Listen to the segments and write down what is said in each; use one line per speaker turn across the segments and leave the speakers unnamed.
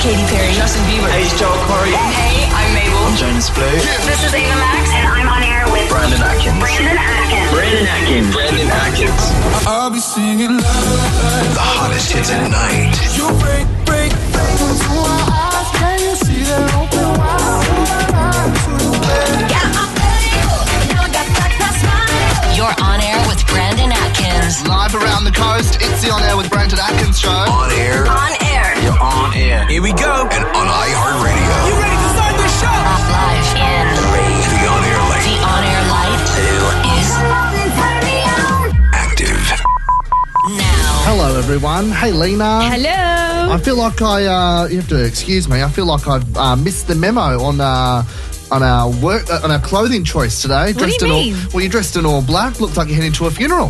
Katy Perry.
Justin Bieber. Hey, it's Joel Corey.
Hey, I'm Mabel.
I'm Jonas Blue.
This is Ava Max, and I'm on air with
Brandon Atkins.
Brandon Atkins.
Brandon Atkins.
Brandon Atkins.
I'll be singing love.
The hottest hits at night.
You break, break, break into my eyes. Can you see them open wide? Open wide to the world.
You're on air with Brandon Atkins.
Live around the coast, it's the On Air with Brandon Atkins show.
On air.
On air.
You're on air.
Here we go. And on iHeartRadio.
ready to start the show? Live in
The on air
the
link.
on air light is
Active.
now.
Hello, everyone. Hey, Lena.
Hello.
I feel like I, uh, you have to excuse me, I feel like I've uh, missed the memo on. Uh, on our work, uh, on our clothing choice today,
do you
in
mean?
all well, you dressed in all black. Looked like you're heading to a funeral.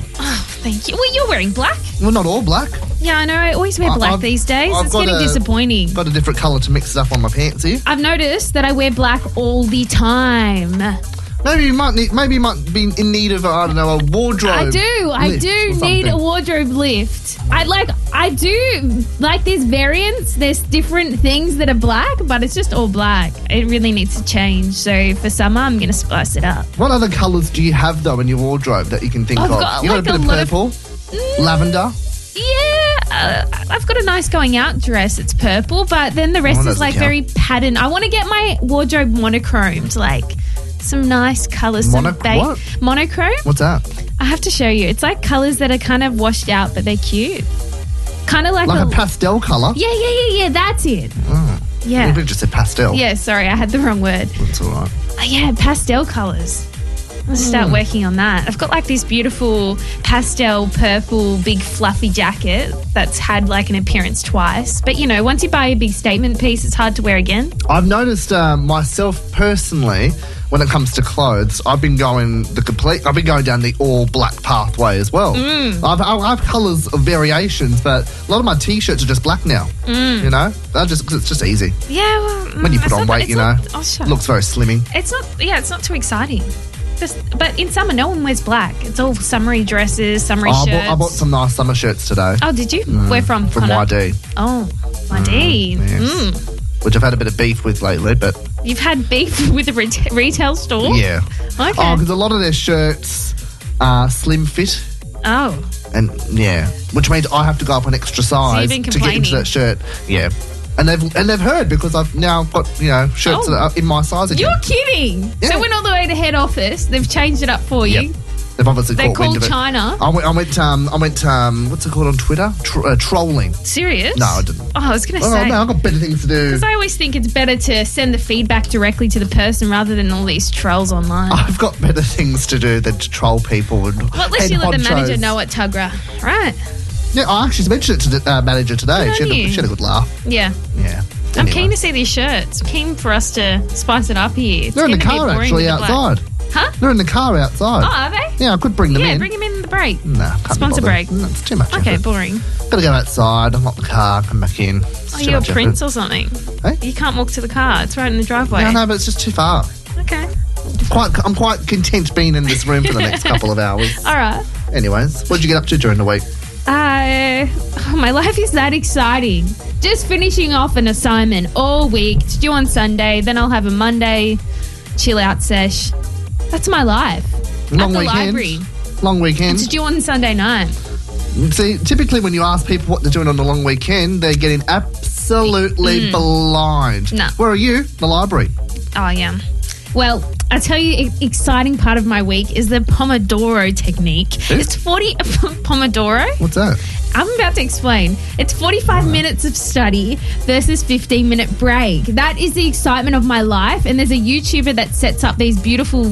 Thank you. Well, you're wearing black.
Well, not all black.
Yeah, I know. I always wear
I-
black
I've-
these days.
I've
it's
got
getting
a-
disappointing.
Got a different colour to mix it up on my pants here.
I've noticed that I wear black all the time.
Maybe you might need. Maybe you might be in need of uh, I don't know a wardrobe.
I do. I
lift Oh, or
do
something.
need a wardrobe lift. I like. I do like. There's variants. There's different things that are black, but it's just all black. It really needs to change. So for summer, I'm gonna spice it up.
What other colours do you have though in your wardrobe that you can think
I've
of?
got,
you got a
like,
bit
a
of
lot of-
purple,
Mm,
lavender.
Yeah, uh, I've got a nice going out dress. It's purple, but then the rest
Oh,
is
doesn't
like
count.
very pattern. I want to get my wardrobe monochromed, like some nice colors.
Mono-
some ba-
what?
Monochrome?
What's that?
I have to show you. It's like colors that are kind of washed out, but they're cute. Kind of like,
Like a Oh. pastel colour.
yeah, yeah, yeah, yeah. That's it.
You
Yeah.
could just said pastel.
Yeah, sorry, I had the wrong word.
That's all right.
Oh, yeah, pastel colors. Let's start working on that. I've got like this beautiful pastel purple big fluffy jacket that's had like an appearance twice. But you know, once you buy a big statement piece, it's hard to wear again.
I've noticed uh, myself personally when it comes to clothes, I've been going the complete. I've been going down the all black pathway as well. I've, I have colours of variations, but a lot of my t-shirts are just black now. You know, that just 'cause it's just easy
Yeah, well,
when
mm,
you put
it's
on
not-
weight.
it's
You know,
not- oh, sure.
looks very slimming.
it's not. Yeah, it's not too exciting. Just, but in summer, no one wears black. It's all summery dresses, summery
Oh, I,
shirts.
bought, I bought some nice summer shirts today
oh, did you? Where from?
from
Connor?
YD,
Oh, YD.
yes.
Mm.
which I've had a bit of beef with lately, but
You've had beef with a reta- retail store.
yeah.
Okay.
Oh, because a lot of their shirts are slim fit.
oh.
and yeah, which means I have to go up an extra size
been
to get into
complaining.
that shirt. Yeah, and they've and they've heard because I've now got you know shirts
Oh.
that are in my size again.
You're kidding.
Yeah.
So went all the way to head office. They've changed it up for you.
Yep. They've obviously
They're
caught wind
called
of it.
China.
I went, I went, um, I went, um, what's it called on Twitter? Tr- uh, trolling.
Serious?
No, I didn't.
Oh, I was going to
Oh,
say.
no, I've got better things to do.
Because I always think it's better to send the feedback directly to the person rather than all these trolls online.
I've got better things to do than to troll people. And,
well, at least
and
you let the
honchos.
manager know at Tugra. Right.
Yeah, I actually mentioned it to the uh, manager today.
Good
She had,
on
a,
you.
she had a good laugh.
Yeah.
Yeah.
I'm
Anyway.
keen to see these shirts. keen for us to spice it up here. It's
They're in the
gonna be
car
boring
actually
with the black.
outside.
Huh?
They're in the car outside.
Oh, are they?
Yeah, I could bring them in. Hmm.
bring them in the break.
No, can't be
Sponsor
bothered.
break.
No, it's too much.
Okay,
effort.
boring.
gotta go outside, unlock the car, come back in. It's
Oh, Are
too
you a
much effort.
prince or something?
Eh?
You can't walk to the car. It's right in the driveway.
No, no, but it's just too far.
Okay.
Quite, I'm quite content being in this room for the next couple of hours.
All right.
Anyways, what did you get up to during the week?
Uh, oh, my life is that exciting. Just finishing off an assignment all week. It's due on Sunday. Then I'll have a Monday chill out sesh. That's my life.
Long
At the
weekend.
library.
Long
It's
weekend.
due on Sunday night.
See, typically when you ask people what they're doing on the long weekend, they're getting absolutely blind.
Mm. No.
Where are you? The library.
Oh, yeah. Well, I tell you, e- exciting part of my week is the Pomodoro technique. It's 40 Pomodoro.
What's that?
I'm about to explain. It's 45 minutes of study versus 15 minute break. That is the excitement of my life. And there's a YouTuber that sets up these beautiful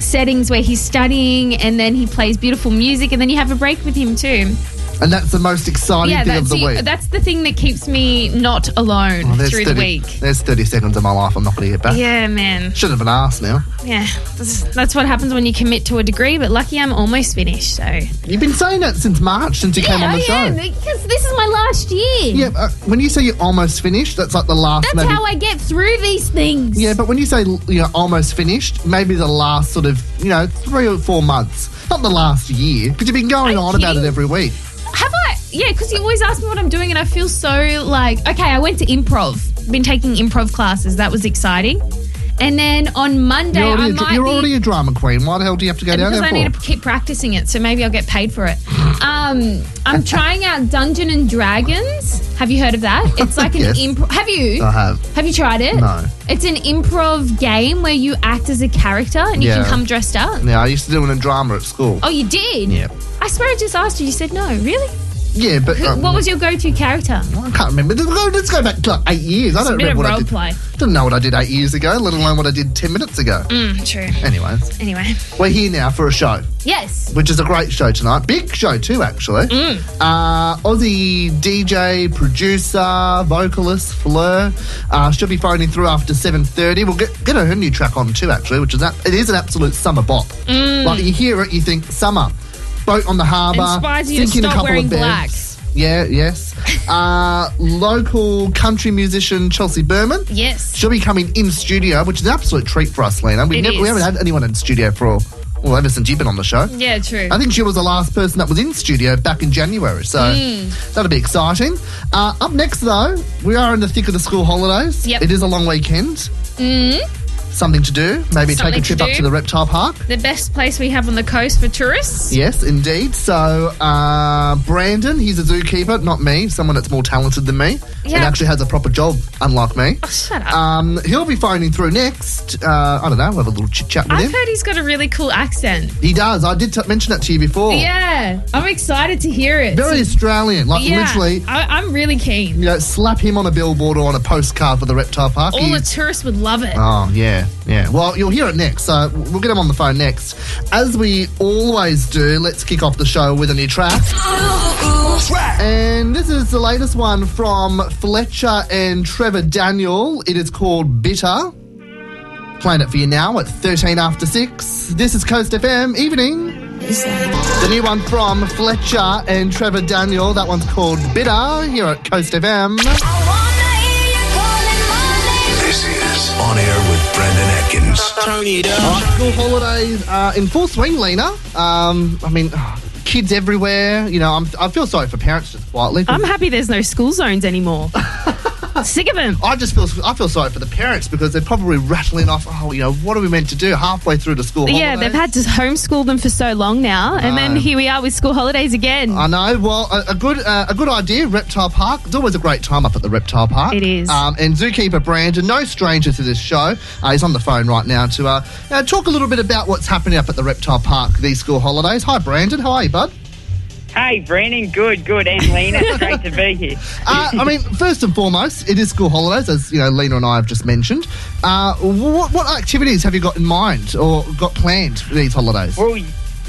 settings where he's studying and then he plays beautiful music and then you have a break with him too.
And that's the most exciting
yeah,
thing
that's
of the, week.
that's the thing that keeps me not alone
Oh, there's
through
30,
the week.
There's 30 seconds of my life I'm not going to get back.
Yeah, man.
Shouldn't have been asked now.
Yeah. That's, that's what happens when you commit to a degree, but lucky I'm almost finished, so.
You've been saying that since March, since you came on the
oh,
show.
yeah, because this is my last year.
Yeah, uh, when you say you're almost finished, that's like the last.
That's
maybe,
how I get through these things.
Yeah, but when you say you know almost finished, maybe the last sort of you know three or four months, not the last year, because you've been going
Are you
on about it
kidding?
every week.
Have I? yeah, because you always ask me what I'm doing, and I feel so like, okay, I went to improv, been taking improv classes. That was exciting. And then on Monday,
You're already,
I
a, dr-
might
you're
be-
already a drama queen. Why the hell do you have to go down
because
there
I
for?
need to keep practicing it, so maybe I'll get paid for it. Um, I'm trying out Dungeon and Dragons. Have you heard of that? It's like an
Yes.
improv. Have you?
I have.
Have you tried it?
No.
It's an improv game where you act as a character and you
Yeah.
can come dressed up.
Now I used to do it in drama at school.
Oh, you did?
Yeah.
I swear I just asked you. You said no. Really?
Yeah, but
Who,
um,
what was your go-to character?
I can't remember. Let's go, let's go back to like eight years. I don't
bit
remember
of
what I
role
did.
play.
Don't know what I did eight years ago, let alone what I did ten minutes ago.
Mm, true.
Anyways,
Anyway.
we're here now for a show,
Yes.
which is a great show tonight. Big show too, actually.
Mm.
Uh, Aussie DJ, producer, vocalist Fleur. Uh, she'll be phoning through after seven thirty. We'll get get her, her new track on too, actually, which is a- it is an absolute summer bop.
Mm.
Like you hear it, you think summer. Boat on the harbour,
Inspires you to
sinking
stop
a couple
wearing
of beds.
black.
Yeah, yes. Uh, local country musician Chelsea Berman.
Yes.
She'll be coming in studio, which is an absolute treat for us, Lena. We,
It
never,
is.
we haven't had anyone in studio for, well, ever since you've been on the show.
Yeah, true.
I think she was the last person that was in studio back in January, so
Hmm.
that'll be exciting. Uh, up next, though, we are in the thick of the school holidays.
Yep. Hmm.
It is a long weekend. Something to do. Maybe take a
Something
trip
to
up
do.
to the reptile park.
The best place we have on the coast for tourists.
Yes, indeed. So, uh, Brandon, he's a zookeeper, not me, someone that's more talented than me
Yeah. Oh,
and actually has a proper job, unlike me.
Shut up.
Um, he'll be phoning through next. Uh, I don't know, we'll have a little chit chat with
I've
him.
heard he's got a really cool accent.
He does. I did t- mention that to you before.
Yeah, I'm excited to hear it.
Very Australian. Like,
yeah,
literally,
I, I'm really keen.
you know, slap him on a billboard or on a postcard for the reptile park.
All
He-
the tourists would love it.
Oh, yeah, yeah. Well, you'll hear it next. So we'll get him on the phone next. As we always do, let's kick off the show with a new track. And this is the latest one from Fletcher and Trevor Daniel. It is called Bitter. Playing it for you now at 13 after 6. This is Coast FM Evening. The new one from Fletcher and Trevor Daniel. That one's called Bitter here at Coast FM.
This is On Air with Brendan Atkins.
Turn it up.
Right, school holidays are in full swing, Lena. Um, I mean, kids everywhere. You know, I'm, I feel sorry for parents just quietly.
I'm happy there's no school zones anymore. Sick of them.
I just feel I feel sorry for the parents because they're probably rattling off. Oh, you know, what are we meant to do halfway through the school?
Yeah, they've
holidays?
had to homeschool them for so long now, and then
No.
here we are with school holidays again.
I know. Well, a, a good uh, a good idea. Reptile Park. It's always a great time up at the Reptile Park.
It is.
Um, and zookeeper Brandon, no stranger to this show, uh, he's on the phone right now to uh, uh, talk a little bit about what's happening up at the Reptile Park these school holidays. Hi, Brandon. How are you, bud?
Hey, Brandon, good, good, and Lena, it's great to be here.
Uh, I mean, first and foremost, it is school holidays, as you know, Lena and I have just mentioned. Uh, what, what activities have you got in mind or got planned for these holidays?
Oh,
Well,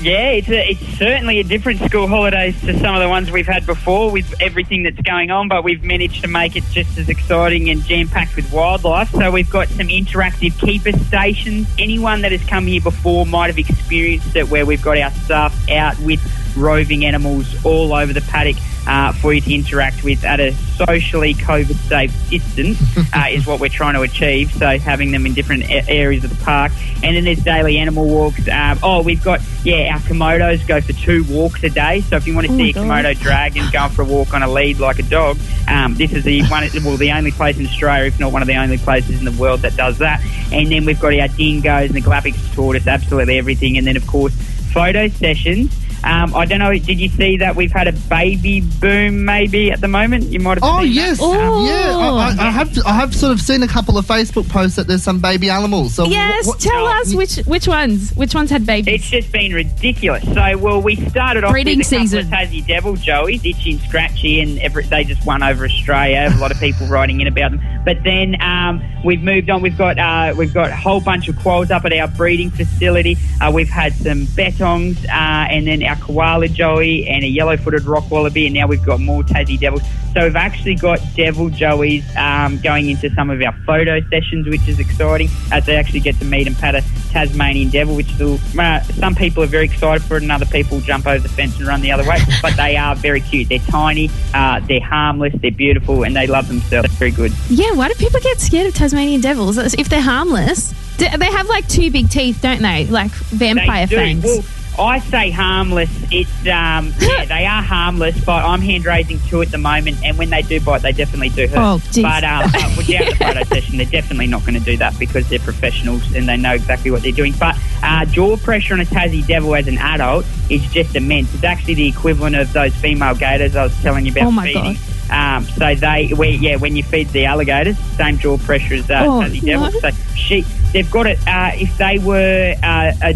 yeah, it's, a, it's certainly a different school holidays to some of the ones we've had before with everything that's going on, but we've managed to make it just as exciting and jam packed with wildlife. So we've got some interactive keeper stations. Anyone that has come here before might have experienced it where we've got our staff out with roving animals all over the paddock. Uh, for you to interact with at a socially COVID safe distance uh, is what we're trying to achieve. So having them in different a- areas of the park, and then there's daily animal walks. Um, oh, we've got yeah, our komodos go for two walks a day. So if you want to see a komodo dragon going for a walk on a lead like a dog, um, this is the one well the only place in Australia, if not one of the only places in the world that does that. And then we've got our dingoes and the Galapagos tortoise, absolutely everything. And then of course photo sessions. Um, I don't know. Did you see that we've had a baby boom? Maybe at the moment, you might have.
Oh
seen that.
yes,
Oh.
yeah. I, I, I have I have sort of seen a couple of Facebook posts that there's some baby animals. So wh-
yes,
what-
tell us which which ones which ones had
It's
babies.
just been ridiculous. So, well, we started off
Breeding
with a couple
season.
of Tassie Devil Joeys, Itchy and Scratchy, and every, they just won over Australia. A lot of people writing in about them. But then um, we've moved on. We've got uh, we've got a whole bunch of quolls up at our breeding facility. Uh, we've had some betongs, uh, and then our koala joey and a yellow-footed rock wallaby, and now we've got more Tassie Devils. So we've actually got Devil Joeys um, going into some of our photo sessions, which is exciting as they actually get to meet and pat a Tasmanian Devil, which is a- uh, some people are very excited for it, and other people jump over the fence and run the other way. but they are very cute. They're tiny, uh, they're harmless, they're beautiful, and they love themselves. Very good.
yeah, why do people get scared of Tasmanian devils That's- if they're harmless? Do, they have like two big teeth, don't they? Like
They
vampire
do.
fangs.
Well, I say harmless. It's um, yeah, they are harmless, but I'm hand raising two at the moment, and when they do bite, they definitely do hurt.
Oh, geez.
but um, uh, without the photo session, they're definitely not going to do that because they're professionals and they know exactly what they're doing. But uh, jaw pressure on a Tassie Devil as an adult is just immense. It's actually the equivalent of those female gators I was telling you about
Oh, my
feeding. Um, so they, we, yeah, when you feed the alligators, same jaw pressure as uh,
Oh,
Tassie Devil.
no.
So she, they've got it. Uh, if they were uh, a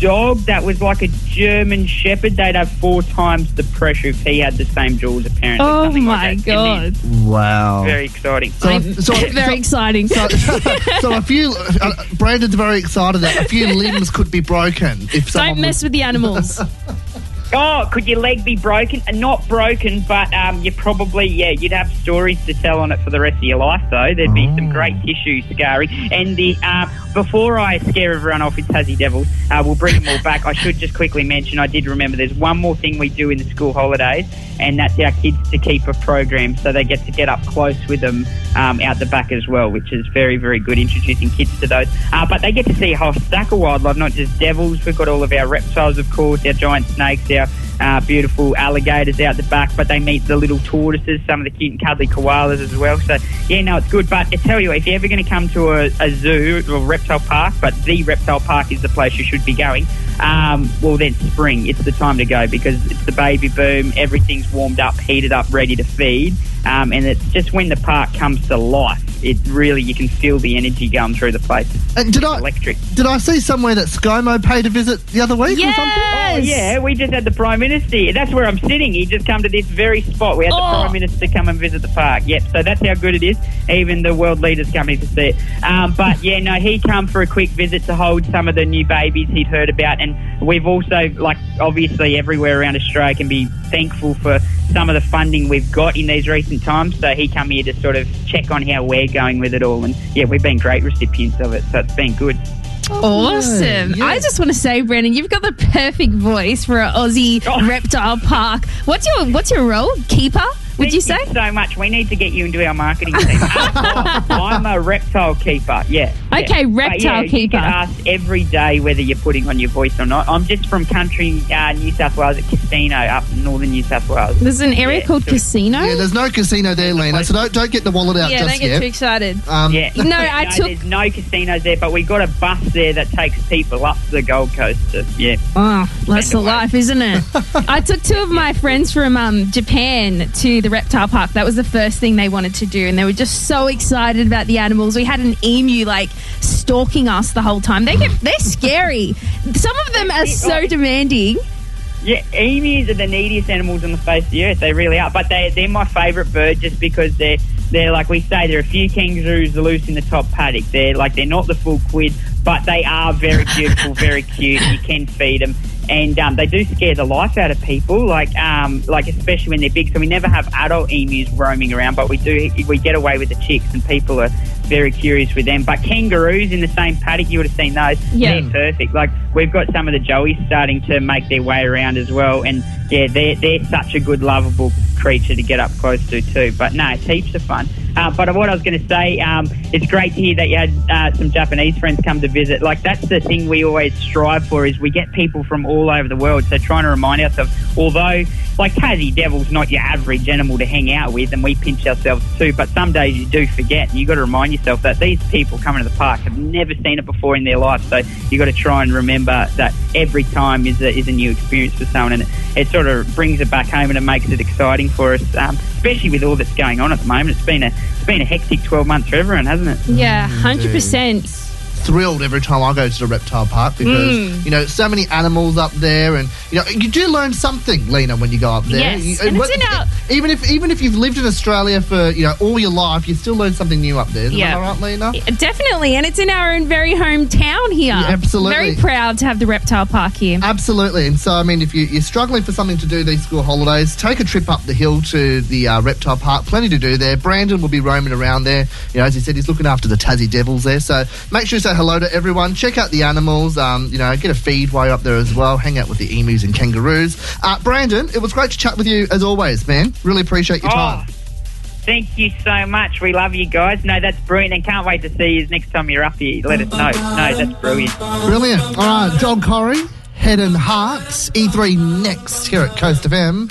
dog that was like a German Shepherd, they'd have four times the pressure if he had the same jaws. Apparently.
Oh
something
my
like that. And
god.
Wow.
they're Very exciting.
so, so,
Very exciting.
so a few. Uh, Brandon's very excited that a few limbs could be broken if someone.
Don't mess with the animals.
Oh, could your leg be broken? Uh, Not broken, but um, you probably, yeah, you'd have stories to tell on it for the rest of your life, though. There'd be
Oh.
some great tissue scarring. And the uh, before I scare everyone off with Tassie Devils, uh, we'll bring them all back. I should just quickly mention, I did remember there's one more thing we do in the school holidays, and that's our Kids to Keeper program. So they get to get up close with them um, out the back as well, which is very, very good, introducing kids to those. Uh, but they get to see a whole stack of wildlife, not just devils. We've got all of our reptiles, of course, our giant snakes, our uh, beautiful alligators out the back, but they meet the little tortoises, some of the cute and cuddly koalas as well. So, yeah, no, it's good. But I tell you, if you're ever going to come to a, a zoo or reptile park, but the reptile park is the place you should be going, um, well, then spring, it's the time to go because it's the baby boom, everything's warmed up, heated up, ready to feed. Um, and it's just when the park comes to life, it really, you can feel the energy going through the place. It's
And did I
electric.
did I see somewhere that ScoMo paid a visit the other week or something?
Oh,
Yes.
yeah, we just had the Prime Minister. here. That's where I'm sitting. He just come to this very spot. We had the
Oh.
Prime Minister come and visit the park. Yep, so that's how good it is. Even the world leaders coming to see it. Um, but yeah, no, he come for a quick visit to hold some of the new babies he'd heard about. And we've also, like, obviously everywhere around Australia can be thankful for some of the funding we've got in these recent times. So he come here to sort of check on how we're going with it all. And yeah, we've been great recipients of it. So it's been good. Oh,
Awesome.
Yeah.
I just want to say, Brandon, you've got the perfect voice for an Aussie
Oh.
reptile park. What's your what's your role? Keeper, would you say?
Thank so much. We need to get you into our marketing team. I'm a reptile keeper. Yeah. yeah.
Okay,
But
reptile
yeah, You
keeper.
get asked every day whether you're putting on your voice or not. I'm just from country uh, New South Wales at Casino up in northern New South Wales.
There's an area
Yeah,
called
sure.
Casino.
Yeah, there's no casino there, Lena. So don't don't get the wallet out
Yeah,
just
don't get
yet.
too excited.
um,
Yeah.
No, I took-
There's no casinos there, but we got a bus there that takes people up to the Gold Coast. To, yeah.
Oh, that's the
Anyway.
life, isn't it? I took two of my friends from um, Japan to the reptile park. That was the first thing they wanted to do, and they were just so excited about the animals. We had an emu like stalking us the whole time. They get they're scary. Some of them are so demanding.
Yeah, emus are the neediest animals on the face of the earth. They really are. But they, they're my favourite bird just because they're, they're like we say, there are a few kangaroos loose in the top paddock. They're like, they're not the full quid, but they are very beautiful, very cute. You can feed them. And um, they do scare the life out of people, like um, like especially when they're big. So we never have adult emus roaming around, but we do we get away with the chicks, and people are very curious with them. But kangaroos in the same paddock, you would have seen those.
Yeah.
They're perfect. Like we've got some of the joeys starting to make their way around as well, and yeah, they're they're such a good lovable creature to get up close to too. But no, it's heaps of fun. Uh, but what I was going to say, um, it's great to hear that you had uh, some Japanese friends come to visit. Like that's the thing we always strive for is we get people from all over the world. So trying to remind ourselves, although like Tassie Devil's not your average animal to hang out with, and we pinch ourselves too. But some days you do forget, and you got to remind yourself that these people coming to the park have never seen it before in their life. So you got to try and remember that every time is a, is a new experience for someone, and it, it sort of brings it back home and it makes it exciting for us, um, especially with all that's going on at the moment. It's been a it's been a hectic twelve months for everyone, hasn't it?
Yeah,
Mm,
hundred percent.
thrilled every time I go to the reptile park because
Hmm.
you know so many animals up there, and you know you do learn something, Lena, when you go up there.
Yes,
You-
and it's in our-
even if even if you've lived in Australia for you know all your life, you still learn something new up there. Isn't
Yeah.
that all right, Lena?
Definitely, and it's in our own very hometown here.
Yeah, absolutely.
Very proud to have the reptile park here.
Absolutely, and so I mean, if you, you're struggling for something to do these school holidays, take a trip up the hill to the uh, reptile park. Plenty to do there. Brandon will be roaming around there. You know, as he said, he's looking after the Tassie Devils there. So make sure you say hello to everyone. Check out the animals. Um, you know, get a feed while you're up there as well. Hang out with the emus and kangaroos. Uh, Brandon, it was great to chat with you as always, man. Really appreciate your time.
Oh, thank you so much. We love you guys. No, that's brilliant, and can't wait to see you next time you're up here. Let us know. No, that's brilliant.
Brilliant. All right, John Corrie. Head and Hearts, E3 next here at Coast FM.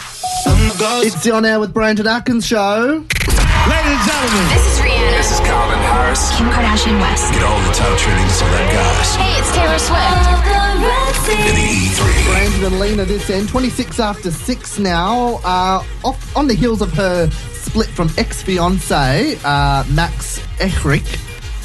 It's the On Air with Brandon Atkins show.
Ladies and gentlemen.
This is Rihanna.
This is Calvin Harris.
Kim Kardashian West.
Get all the top trending celeb guys
Hey, it's Taylor Swift.
in the
E
E3.
Brandon and Lena this end, 26 after 6 now, uh, off, on the heels of her split from ex fiance uh, Max Echrich.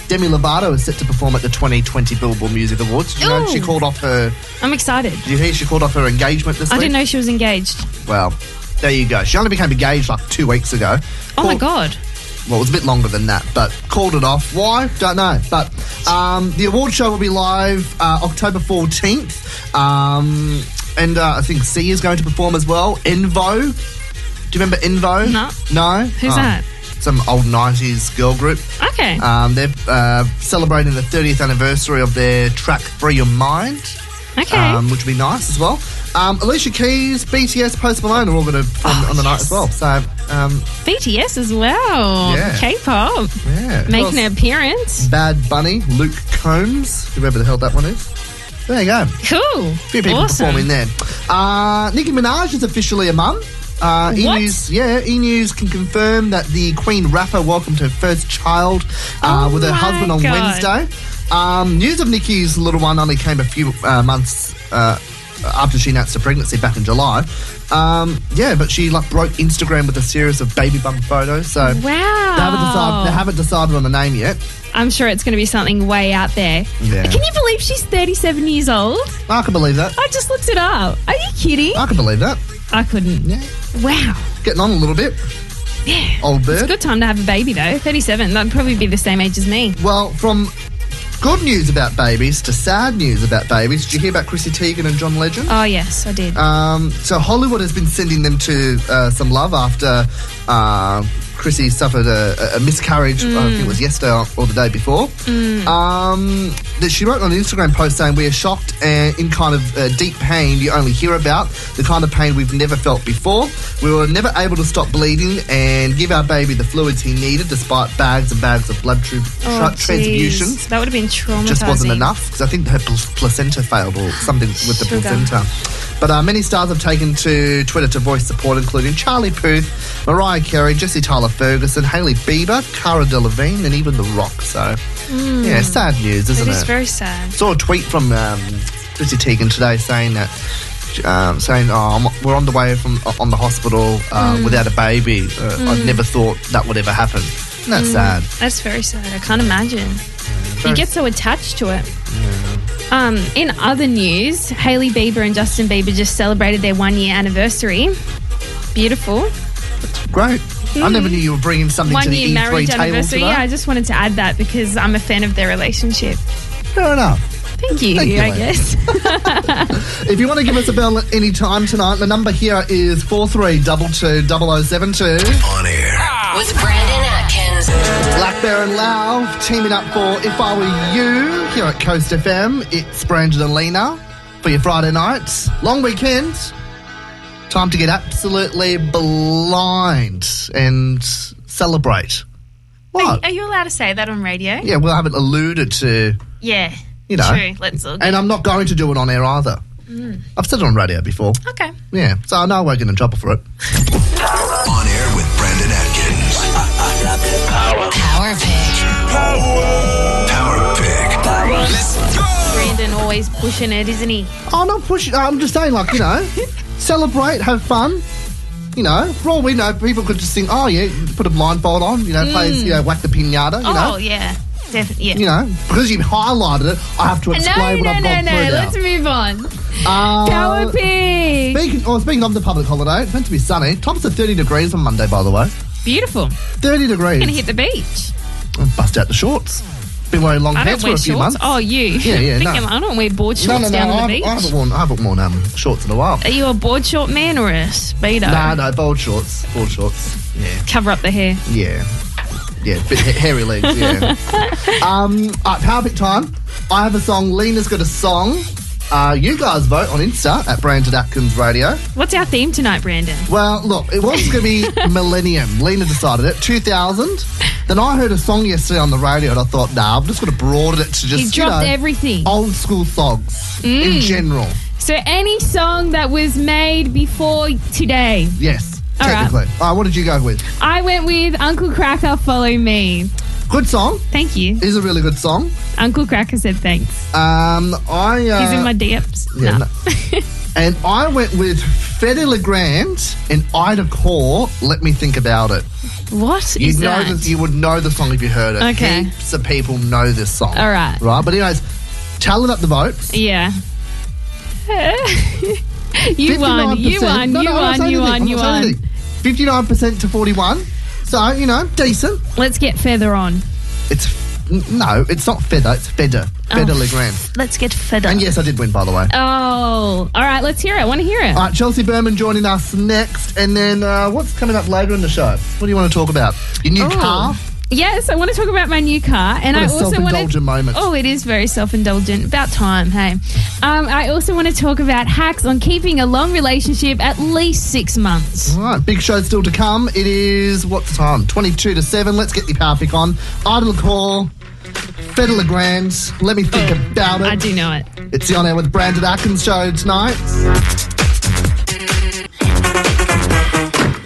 Demi Lovato is set to perform at the 2020 Billboard Music Awards. Did you know
Ooh.
she called off her?
I'm excited.
Did you hear she called off her engagement this
I
week?
didn't know she was engaged.
Well, there you go. She only became engaged like two weeks ago.
Oh my
Called-
god.
well, it was a bit longer than that, but called it off. Why? Don't know. But um, the award show will be live uh, October 14th. Um, and uh, I think C is going to perform as well. Envo. Do you remember Envo?
No.
No? Oh.
Who's that?
Some old 90s girl group.
Okay.
Um, they're uh, celebrating the 30th anniversary of their track Free Your Mind,
okay.
um, which would be nice as well. Um, Alicia Keys, BTS, Post Malone are all going to perform
Oh,
on the night as well. So, um,
BTS as well.
Yeah.
K-pop
yeah.
making
Well,
an appearance.
Bad Bunny, Luke Combs, whoever the hell that one is. There you go. A
Cool.
few people
awesome.
performing there. Uh, Nicki Minaj is officially a mum. Uh, e
What?
News, yeah, E News can confirm that the Queen rapper welcomed her first child uh,
Oh
with her
my
husband on
God.
Wednesday. Um, news of Nicki's little one only came a few uh, months uh, after she announced her pregnancy back in July. Um, yeah, but she like broke Instagram with a series of baby bump photos. So
Wow.
they haven't decided. They haven't decided on the name yet.
I'm sure it's going to be something way out there.
Yeah.
Can you believe she's 37 years old?
I can believe that.
I just looked it up. Are you kidding?
I can believe that.
I couldn't.
Yeah.
Wow.
Getting on a little bit. Yeah. Old
It's a
bird.
good time to have a baby, though. 37. That'd probably be the same age as me.
Well, from good news about babies to sad news about babies, did you hear about Chrissy Teigen and John Legend?
Oh, yes, I did.
Um, so Hollywood has been sending them to uh, some love after uh, Chrissy suffered a, a miscarriage. I
Mm.
think it was yesterday or the day before. Um, that she wrote on an Instagram post saying, "We are shocked and in kind of uh, deep pain you only hear about, the kind of pain we've never felt before. We were never able to stop bleeding and give our baby the fluids he needed, despite bags and bags of blood tru-
Oh,
tra- transfusions."
jeez. That would have been traumatizing.
just wasn't enough because I think her pl- placenta failed or something with the
Sugar.
placenta. But uh, many stars have taken to Twitter to voice support, including Charlie Puth, Mariah Carey, Jesse Tyler Ferguson, Haley Bieber, Cara Delevingne, and even The Rock. So, yeah, sad news, isn't
Hmm. It
it?
is very sad.
Saw a tweet from um, Chrissy Teigen today saying that. Um, saying, "Oh, I'm, we're on the way from on the hospital
Hmm.
uh, without a baby. Uh, I'd never thought that would ever happen. And
Hmm.
that's sad.
That's very sad. I can't imagine. You
Very
get so attached to it. Um, in other news, Hailey Bieber and Justin Bieber just celebrated their one year anniversary. Beautiful.
Great. I never knew you were bringing something to
One
the
year
E3
marriage
table
anniversary.
today.
Yeah, I just wanted to add that because I'm a fan of their relationship.
Fair enough.
Thank you,
Thank you,
I
Elaine.
guess.
If you want to give us a bell at any time tonight, the number here is 43220072.
On air
With Brandon Atkins.
Black Bear and Lau teaming up for If I Were You here at Coast FM. It's Brandon and Lena for your Friday night. Long weekend. Time to get absolutely blind and celebrate. What?
Are you allowed to say that on radio?
Yeah, well, I haven't alluded to,
Yeah.
you know.
True. Let's all.
And I'm not going to do it on air either.
Mm.
I've said it on radio before.
Okay.
Yeah, so I know I won't get in trouble for it.
On air with Brandon Atkins.
Power pick.
Power pick.
Brandon always pushing it, isn't he?
I'm not pushing. I'm just saying, like you know, celebrate, have fun. You know, for all we know, people could just think, oh yeah, put a blindfold on. You know, play, you know, whack the pinata. You
Mm. Oh
know,
yeah, definitely. Yeah.
you know, because you've highlighted it, I have to
No,
explain what
no,
I've
no,
gone
no.
through
Let's move on.
now.
Power
Uh,
pig.
Speaking, or speaking of the public holiday, it's meant to be sunny. Tops of 30 degrees on Monday, by the way.
Beautiful.
30 degrees.
Gonna hit the beach.
Bust out the shorts. Been wearing long
I
pants
don't
for
wear
a few
shorts.
months.
Oh, you?
Yeah, yeah,
Think
no.
I'm- I don't wear board
no,
shorts
no, no.
down on
I,
the beach.
I haven't worn, I haven't worn um, shorts in a while.
Are you a board short man or a speedo?
No, no, bold shorts. Bold shorts. Yeah.
Cover up the hair.
Yeah. Yeah, bit ha- hairy legs, yeah. um, all right, power pick time. I have a song, Lena's got a song. Uh, you guys vote on Insta at Brandon Atkins Radio.
What's our theme tonight, Brandon?
Well, look, it was going to be Millennium. Lena decided it. 2000. Then I heard a song yesterday on the radio and I thought, nah, I'm just going to broaden it to just
He's dropped Mm.
you know,
everything.
old school songs in general.
So any song that was made before today,
Yes,
All right.
technically. All right, what did you go with?
I went with Uncle Cracker. Follow me.
Good song.
Thank you.
Is a really good song.
Uncle Cracker said thanks.
Um, I uh,
He's in my DMs.
yeah,
Nah.
no. and I went with Fede Legrand and Ida Core. Let me think about it.
What
You
is
know
that?
this, you would know the song if you heard it.
Okay.
Heaps of people know this song.
All right.
Right. But anyways, tallied up the votes.
Yeah. you won.
59%.
You won.
No,
you
no, I'm not
won.
saying anything.
You won.
I'm
You
not saying
won.
anything. 59% to 41. So, you know, decent.
Let's get further on.
It's n- no, it's not feather, it's feather. Feather
Oh.
Legrand.
Let's get further.
And yes, I did win by the way.
Oh, all right. Let's hear it. I want to hear it.
All right, Chelsea Berman joining us next, and then uh, what's coming up later in the show? What do you want to talk about? Your new car?
Yes, I want to talk about my new car, and
What a
Oh. I also want
self-indulgent
to.
moment.
Oh, it is very self-indulgent. About time, hey. Um, I also want to talk about hacks on keeping a long relationship at least six months.
All right, big show still to come. It is what's the time? Twenty-two to seven. Let's get the power pick on. Idle call. Fed Legrand. Let me think about it.
Oh, I do know it.
It's the on air with Brandon Atkins show tonight.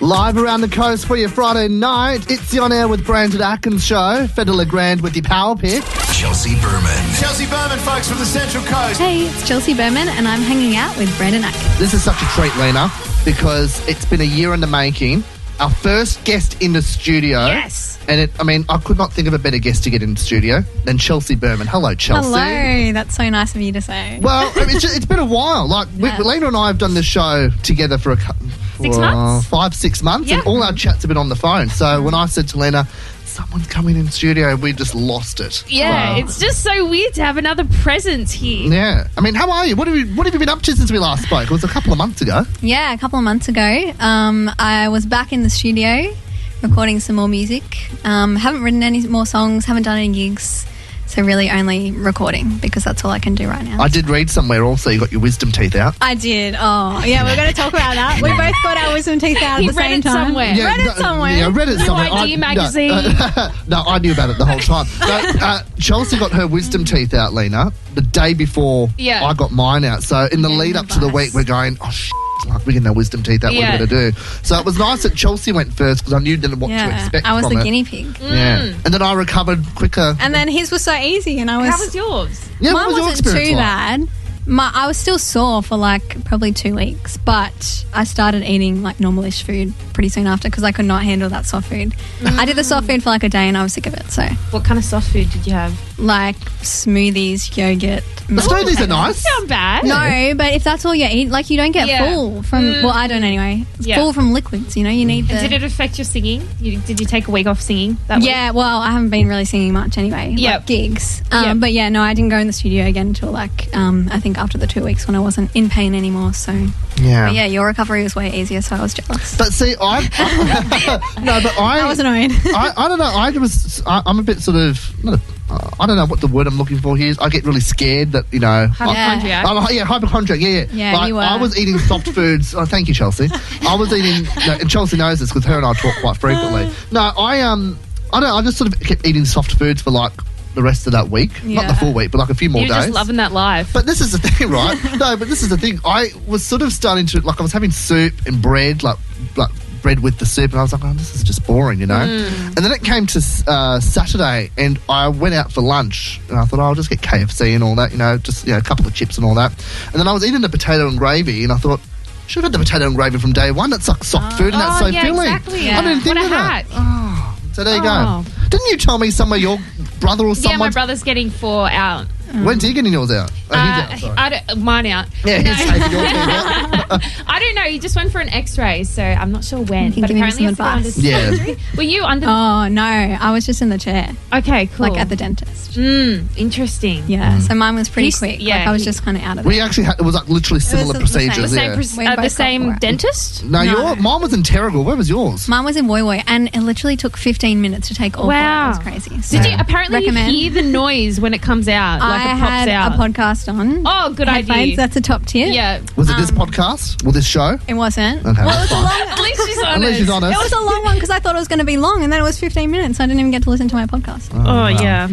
Live around the coast for your Friday night. It's the on air with Brandon Atkins show. Fed Legrand with your power pick.
Chelsea Berman.
Chelsea Berman, folks, from the Central Coast.
Hey, it's Chelsea Berman, and I'm hanging out with Brendan Atkins.
This is such a treat, Lena, because it's been a year in the making. Our first guest in the studio.
Yes.
And it, I mean, I could not think of a better guest to get in the studio than Chelsea Berman. Hello, Chelsea.
Hello, that's so nice of you to say.
Well, I mean, it's, just, it's been a while. Like we, Lena and I have done this show together for a cou-
Six
for,
months?
five, six months, and
Yeah.
all our chats have been on the phone. So when I said to Lena, "Someone's coming in studio," we just lost it.
Yeah, it's just so weird to have another presence here.
Yeah. I mean, how are you? What have you What have you been up to since we last spoke? It was a couple of months ago.
Yeah, a couple of months ago, um, I was back in the studio recording some more music. Um, haven't written any more songs, haven't done any gigs, so really only recording because that's all I can do right now.
I did read somewhere also you got your wisdom teeth out.
I did. Oh, yeah, we're going to talk about that. We both got our wisdom teeth out at
He
the
read
same
it
time.
somewhere.
Yeah,
Read it
no,
somewhere.
Yeah, read it somewhere.
idea
no,
magazine.
uh, No, I knew about it the whole time. No, uh, Chelsea got her wisdom teeth out, Lena, the day before
Yeah.
I got mine out. So in the lead up to the week, we're going, oh, sh- like we're getting our wisdom teeth out.
Yeah.
What are we going to do? So it was nice that Chelsea went first because I knew then what to
Yeah,
expect.
I was
from
the
it.
guinea pig.
Yeah, and then I recovered quicker.
And then his was so easy, and I was.
How was yours?
yeah,
Mine
what was your
wasn't
experience
too
like?
bad. My, I was still sore for like probably two weeks, but I started eating like normalish food pretty soon after because I could not handle that soft food. I did the soft
Mm.
food for like a day and I was sick of it. So
What kind of soft food did you have?
like smoothies, yogurt.
The
milk.
smoothies are nice.
Not bad.
No, but if that's all you eat, like you don't get
Yeah. Mm.
full from. Well, I don't anyway.
Yeah.
Full from liquids. You know, you
Mm.
need. The,
Did it affect your singing? You, did you take a week off singing? That week?
yeah, well, I haven't been really singing much anyway. like
Yep.
gigs. Um,
Yep.
But yeah, no, I didn't go in the studio again until like um, I think after the two weeks when I wasn't in pain anymore. So But yeah, your recovery was way easier, so I was jealous.
But see, I no, but I,
I was annoyed.
I, I don't know. I was. I, I'm a bit sort of. Not a, I don't know what the word I'm looking for here is. I get really scared that you know.
Hypochondriac.
I'm, yeah, hypochondriac. Yeah, yeah.
Yeah,
Like,
you were.
I was eating soft foods. Oh, thank you, Chelsea. I was eating, no, and Chelsea knows this because her and I talk quite
Uh.
frequently. No, I um, I don't. know, I just sort of kept eating soft foods for like the rest of that week. Not the
Yeah.
full week, but like a few more
You're
days.
just loving that life.
But this is the thing, right? no, but this is the thing. I was sort of starting to like I was having soup and bread, like like bread with the soup, and I was like, oh, this is just boring, you know.
Mm.
And then it came to uh, Saturday, and I went out for lunch, and I thought, oh, I'll just get KFC and all that, you know, just you know, a couple of chips and all that. And then I was eating the potato and gravy, and I thought. Should have had the potato and gravy from day one. That's like soft food, and that's
oh,
so
yeah,
filling.
exactly.
I didn't think
what
of
a
that.
hack.
So there you
Oh.
go. Didn't you tell me somewhere your brother or
Yeah, my
someone?
brother's getting four out.
When's he getting yours out? Oh, he's out,
Uh,
sorry.
I don't, mine out.
yeah, he's uh, taking yours out.
I don't know. He just went for an X-ray, so I'm not sure when.
can
But
give him
apparently,
some
it's under
advice.
Yeah.
surgery. Were you under?
Oh no, I was just in the chair,
okay, cool.
Oh, like at the dentist.
Mm, interesting.
Yeah, so mine was pretty
He's-
quick.
yeah,
like I was
he-
just kind of out of it.
We actually had it was like literally similar
the- the same.
procedures.
The
Same,
yeah.
pres-
We
uh,
both
the
got four
same
out.
dentist.
no,
No.
your mine was in Terrigal. Where was yours?
Mine was in Woi Woi, and it literally took 15 minutes to take all four.
Wow.
It was crazy. So
Did you apparently you
Recommend.
hear the noise when it comes out? Like
I
pops
had
out.
a podcast on.
Oh, good
Headphones,
idea.
that's a top tier.
yeah.
Was it this podcast? Well, this show?
Um, It wasn't.
Okay.
Well, it was a long.
At least she's
At
honest.
least she's honest.
It was a long one because I thought it was going to be long, and then it was 15 minutes. I didn't even get to listen to my podcast.
Oh, yeah.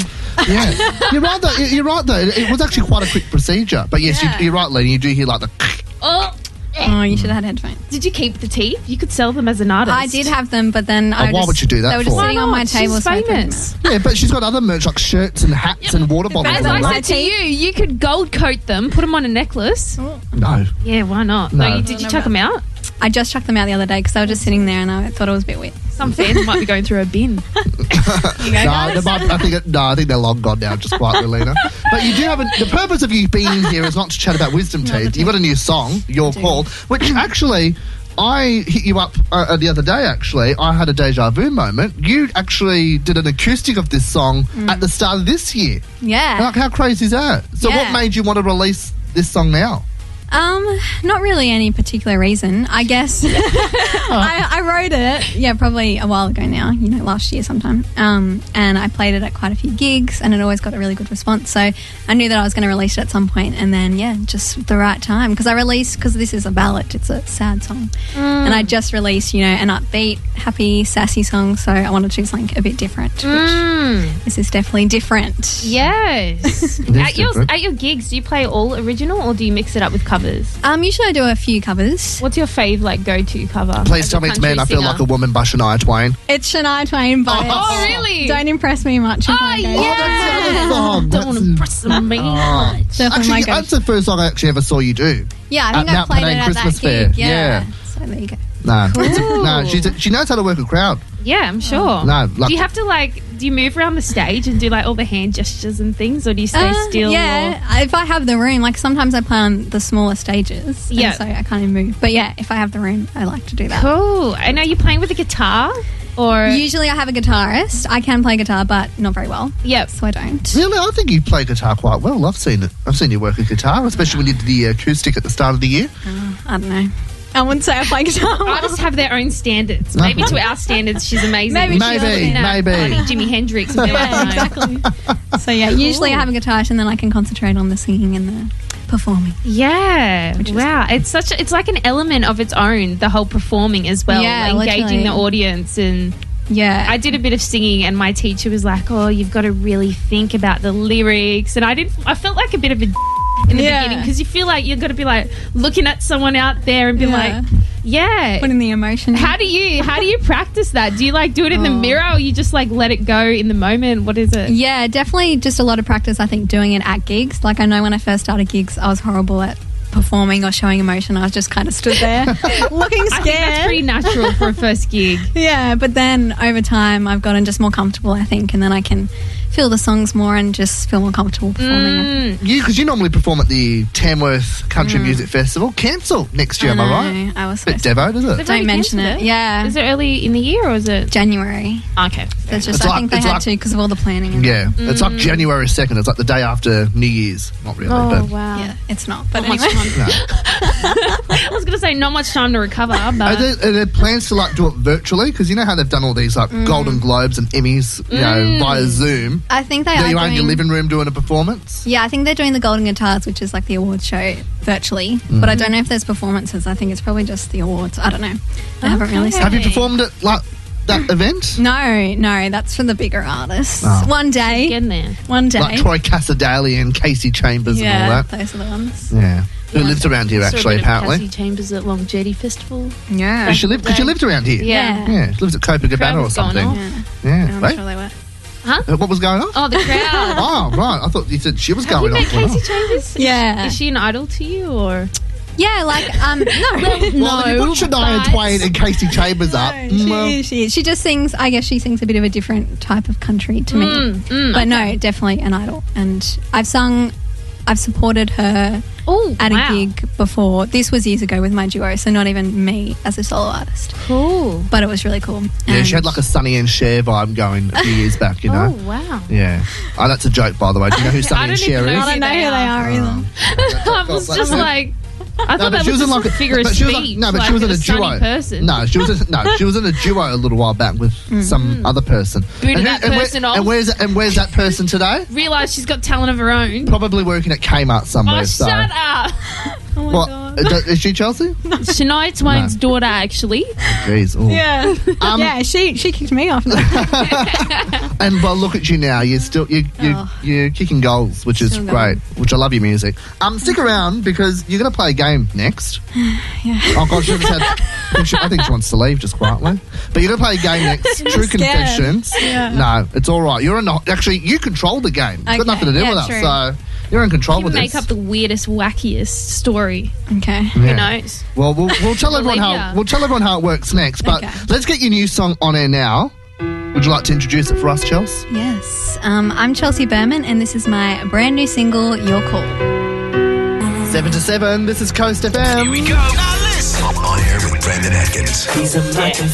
yeah, you're right. Though. You- You're right though. It it was actually quite a quick procedure. But yes,
Yeah.
you, you're right, Lena. You do hear like the.
Oh,
Oh, you should have had headphones.
did you keep the teeth? You could sell them as an artist.
I did have them, but then I
Oh, why
just,
would you do that
They were just
for?
sitting on
Why
my
not?
table.
She's
so I threw them
famous.
out.
Yeah, but she's got other merch like shirts and hats and water bottles.
As
and all
I
that.
said to you, you could gold coat them, put them on a necklace.
Oh.
no,
Yeah, why not?
No.
No, you, did you chuck them out?
I just chucked them out the other day because they were just sitting there, and I thought it was a bit weird.
Some fans might be going through a bin.
no, they might, I think it- no, I think they're long gone now. Just quietly, Lena. But you do have a, the purpose of you being here is not to chat about wisdom teeth. You've got a new song, Your Call, which actually. I hit you up uh, uh, the other day. Actually, I had a deja vu moment. You actually did an acoustic of this song
Mm.
at the start of this year.
Yeah.
Like, how crazy is that? So, what
Yeah.
made you want to release this song now?
Um, not really any particular reason. I guess I, I wrote it, yeah, probably a while ago now, you know, last year sometime. Um, and I played it at quite a few gigs and it always got a really good response. So I knew that I was going to release it at some point and then, yeah, just the right time. Because I released, because this is a ballad, it's a sad song. And I just released, you know, an upbeat, happy, sassy song. So I wanted to do something a bit different, which this is definitely different.
Yes. at, uh, your,
different.
at your gigs, do you play all original or do you mix it up with covers?
Um, usually I do a few covers.
What's your fave like go to cover?
Please
as
tell
a
me it's
country
man. I feel
singer?
like a woman by Shania Twain.
It's Shania Twain, but
Oh,
it's-
really?
Don't impress me much. If
Oh,
I go.
yeah.
that's the other song.
Don't want to
Oh, That's- Oh.
impress me.
Definitely
Actually,
my go.
that's the first song I actually ever saw you do.
Yeah, I
at
think I
Mount
played
Penang
it at
Christmas
that gig.
Fair.
Yeah.
Yeah.
So there you go.
No, it's a- no, she's a, she knows how to work a crowd.
Yeah, I'm sure.
Mm. No, like-
do you have to like? Do you move around the stage and do like all the hand gestures and things, or do you stay
Uh,
still?
yeah, if I have the room, like sometimes I play on the smaller stages. and
Yeah.
So I can't even move. But yeah, if I have the room, I like to do that.
Or? Cool. And are you playing with a guitar or?
Usually I have a guitarist. I can play guitar, but not very well.
yep.
So I don't.
Really, I think you play guitar quite well. I've seen it. I've seen you work a guitar, especially when you did the acoustic at the start of the year.
I don't know. I wouldn't say I play guitar. well.
Artists have their own standards. Maybe to our standards, she's amazing.
Maybe she
Maybe,
No,
maybe.
I think Jimi Hendrix. would be like, no.
so yeah, usually I have a guitarist and then I can concentrate on the singing and the performing.
Yeah. Wow. It's such. A, it's like an element of its own. The whole performing as well,
Yeah,
engaging
literally.
the audience and.
Yeah.
I did a bit of singing, and my teacher was like, "Oh, you've got to really think about the lyrics." And I did. I felt like a bit of a d- in the
Yeah.
beginning because you feel like you've got to be like looking at someone out there and be
Yeah.
like, "Yeah."
putting the emotion.
How do you how do you practice that? Do you like do it in the
Oh.
mirror, or you just like let it go in the moment? What is it?
Yeah, definitely just a lot of practice, I think, doing it at gigs. Like, I know when I first started gigs, I was horrible at performing or showing emotion. I was just kind of stood there looking
I think that's pretty
scared.
natural for a first gig.
Yeah, but then over time, I've gotten just more comfortable, I think, and then I can feel the songs more and just feel more comfortable performing.
You, because you normally perform at the Tamworth Country Music Festival, cancel next year. Am I right?
I was so
Bit devo, does it?
They've
Don't
already
mention
cancelled
it. Yeah.
Is it early in the year or is it?
January.
Okay.
That's just,
It's
I
like-
think they
it's
had
like-
to because of all the planning. And
Yeah, it's like January second. It's like the day after New Year's. Not really,
Oh
but
wow.
Yeah, it's not. But
Not much
anyway.
time. I was gonna say not much time to recover,
Are
but
there, are there plans to like do it virtually? Because you know how they've done all these like Golden Globes and Emmys, you know, via Zoom.
I think they
There
are
you are in
doing
your living room doing a performance.
Yeah, I think they're doing the Golden Guitars, which is like the awards show virtually.
Mm.
But I don't know if there's performances. I think it's probably just the awards. I don't know. I haven't really seen.
Have you performed at like
Mm.
that event?
No, no, that's for the bigger artists. One day,
get in there.
one day.
Ah. Like Troy Casadaly and Casey Chambers and
yeah,
all that.
those are the ones.
Yeah. Who lives around here actually, apparently.
Chambers at Long Jetty Festival.
Yeah,
Because she lived, 'cause she lived around here.
Yeah.
Yeah, she lives at Copacabana or
was going
something.
off.
yeah.
Yeah.
I'm
Wait,
sure they were.
uh, what was going on?
Oh, the crowd.
Oh, right. I thought you said she was
you
going on.
met Casey Chambers?
Yeah,
Is she an idol to you or?
yeah. Like, um, no,
Well, if you put Shania
but-
Twain and Casey Chambers up. mm, well,
she, is, she is. She just sings. I guess she sings a bit of a different type of country to me. but no, definitely an idol. And I've sung. I've supported her
Oh,
at a gig before. This was years ago with my duo, so not even me as a solo artist.
Cool.
But it was really cool.
yeah,
And
she had like a Sunny and Cher vibe going a few years back, you know?
Oh wow.
Yeah. Oh, that's a joke, by the way. Do you know who Sunny
I
and
don't
Cher
even know
is?
I don't know who they are either.
I was just like, I
but
thought that
she
was,
was in
just
like
a figure of
but she was like-
speech.
no, but
like
she was in a
sunny
duo.
Person.
No, she was in, no, she was in a duo a little while back with some other person.
Booted
who-
that person
where,
off.
and where's and where's that person today?
Realised she's got talent of her own.
Probably working at Kmart somewhere.
Oh,
so.
shut up. Oh my
What uh,
god.
is is she Chelsea?
Shania Twain's daughter, actually.
Jeez. ooh.
Yeah,
Um,
yeah. She she kicked me off.
And well, look at you now. You're still you you
Oh.
you're kicking goals, which is
Still
great.
going.
Which I love your music. Um, stick around because you're going to play a game next. Oh God, she just had. I think she- I think she wants to leave just quietly. But you're going to play a game next. True confessions. No, it's all right. You're in. The, actually, you control the game. It's got
Okay,
nothing to do
yeah,
with us.
true.
So you're in control
You
with
make
this.
up the weirdest, wackiest story.
Okay.
Yeah.
Who knows?
Well, we'll, we'll tell everyone
Olivia.
how we'll tell everyone how it works next. But
Okay.
let's get your new song on air now. Would you like to introduce it for us, Chels?
Yes. Um, I'm Chelsea Berman, and this is my brand new single, Your Call.
Seven to seven. This is Coast FM.
On air with Brandon Atkins.
True confessions.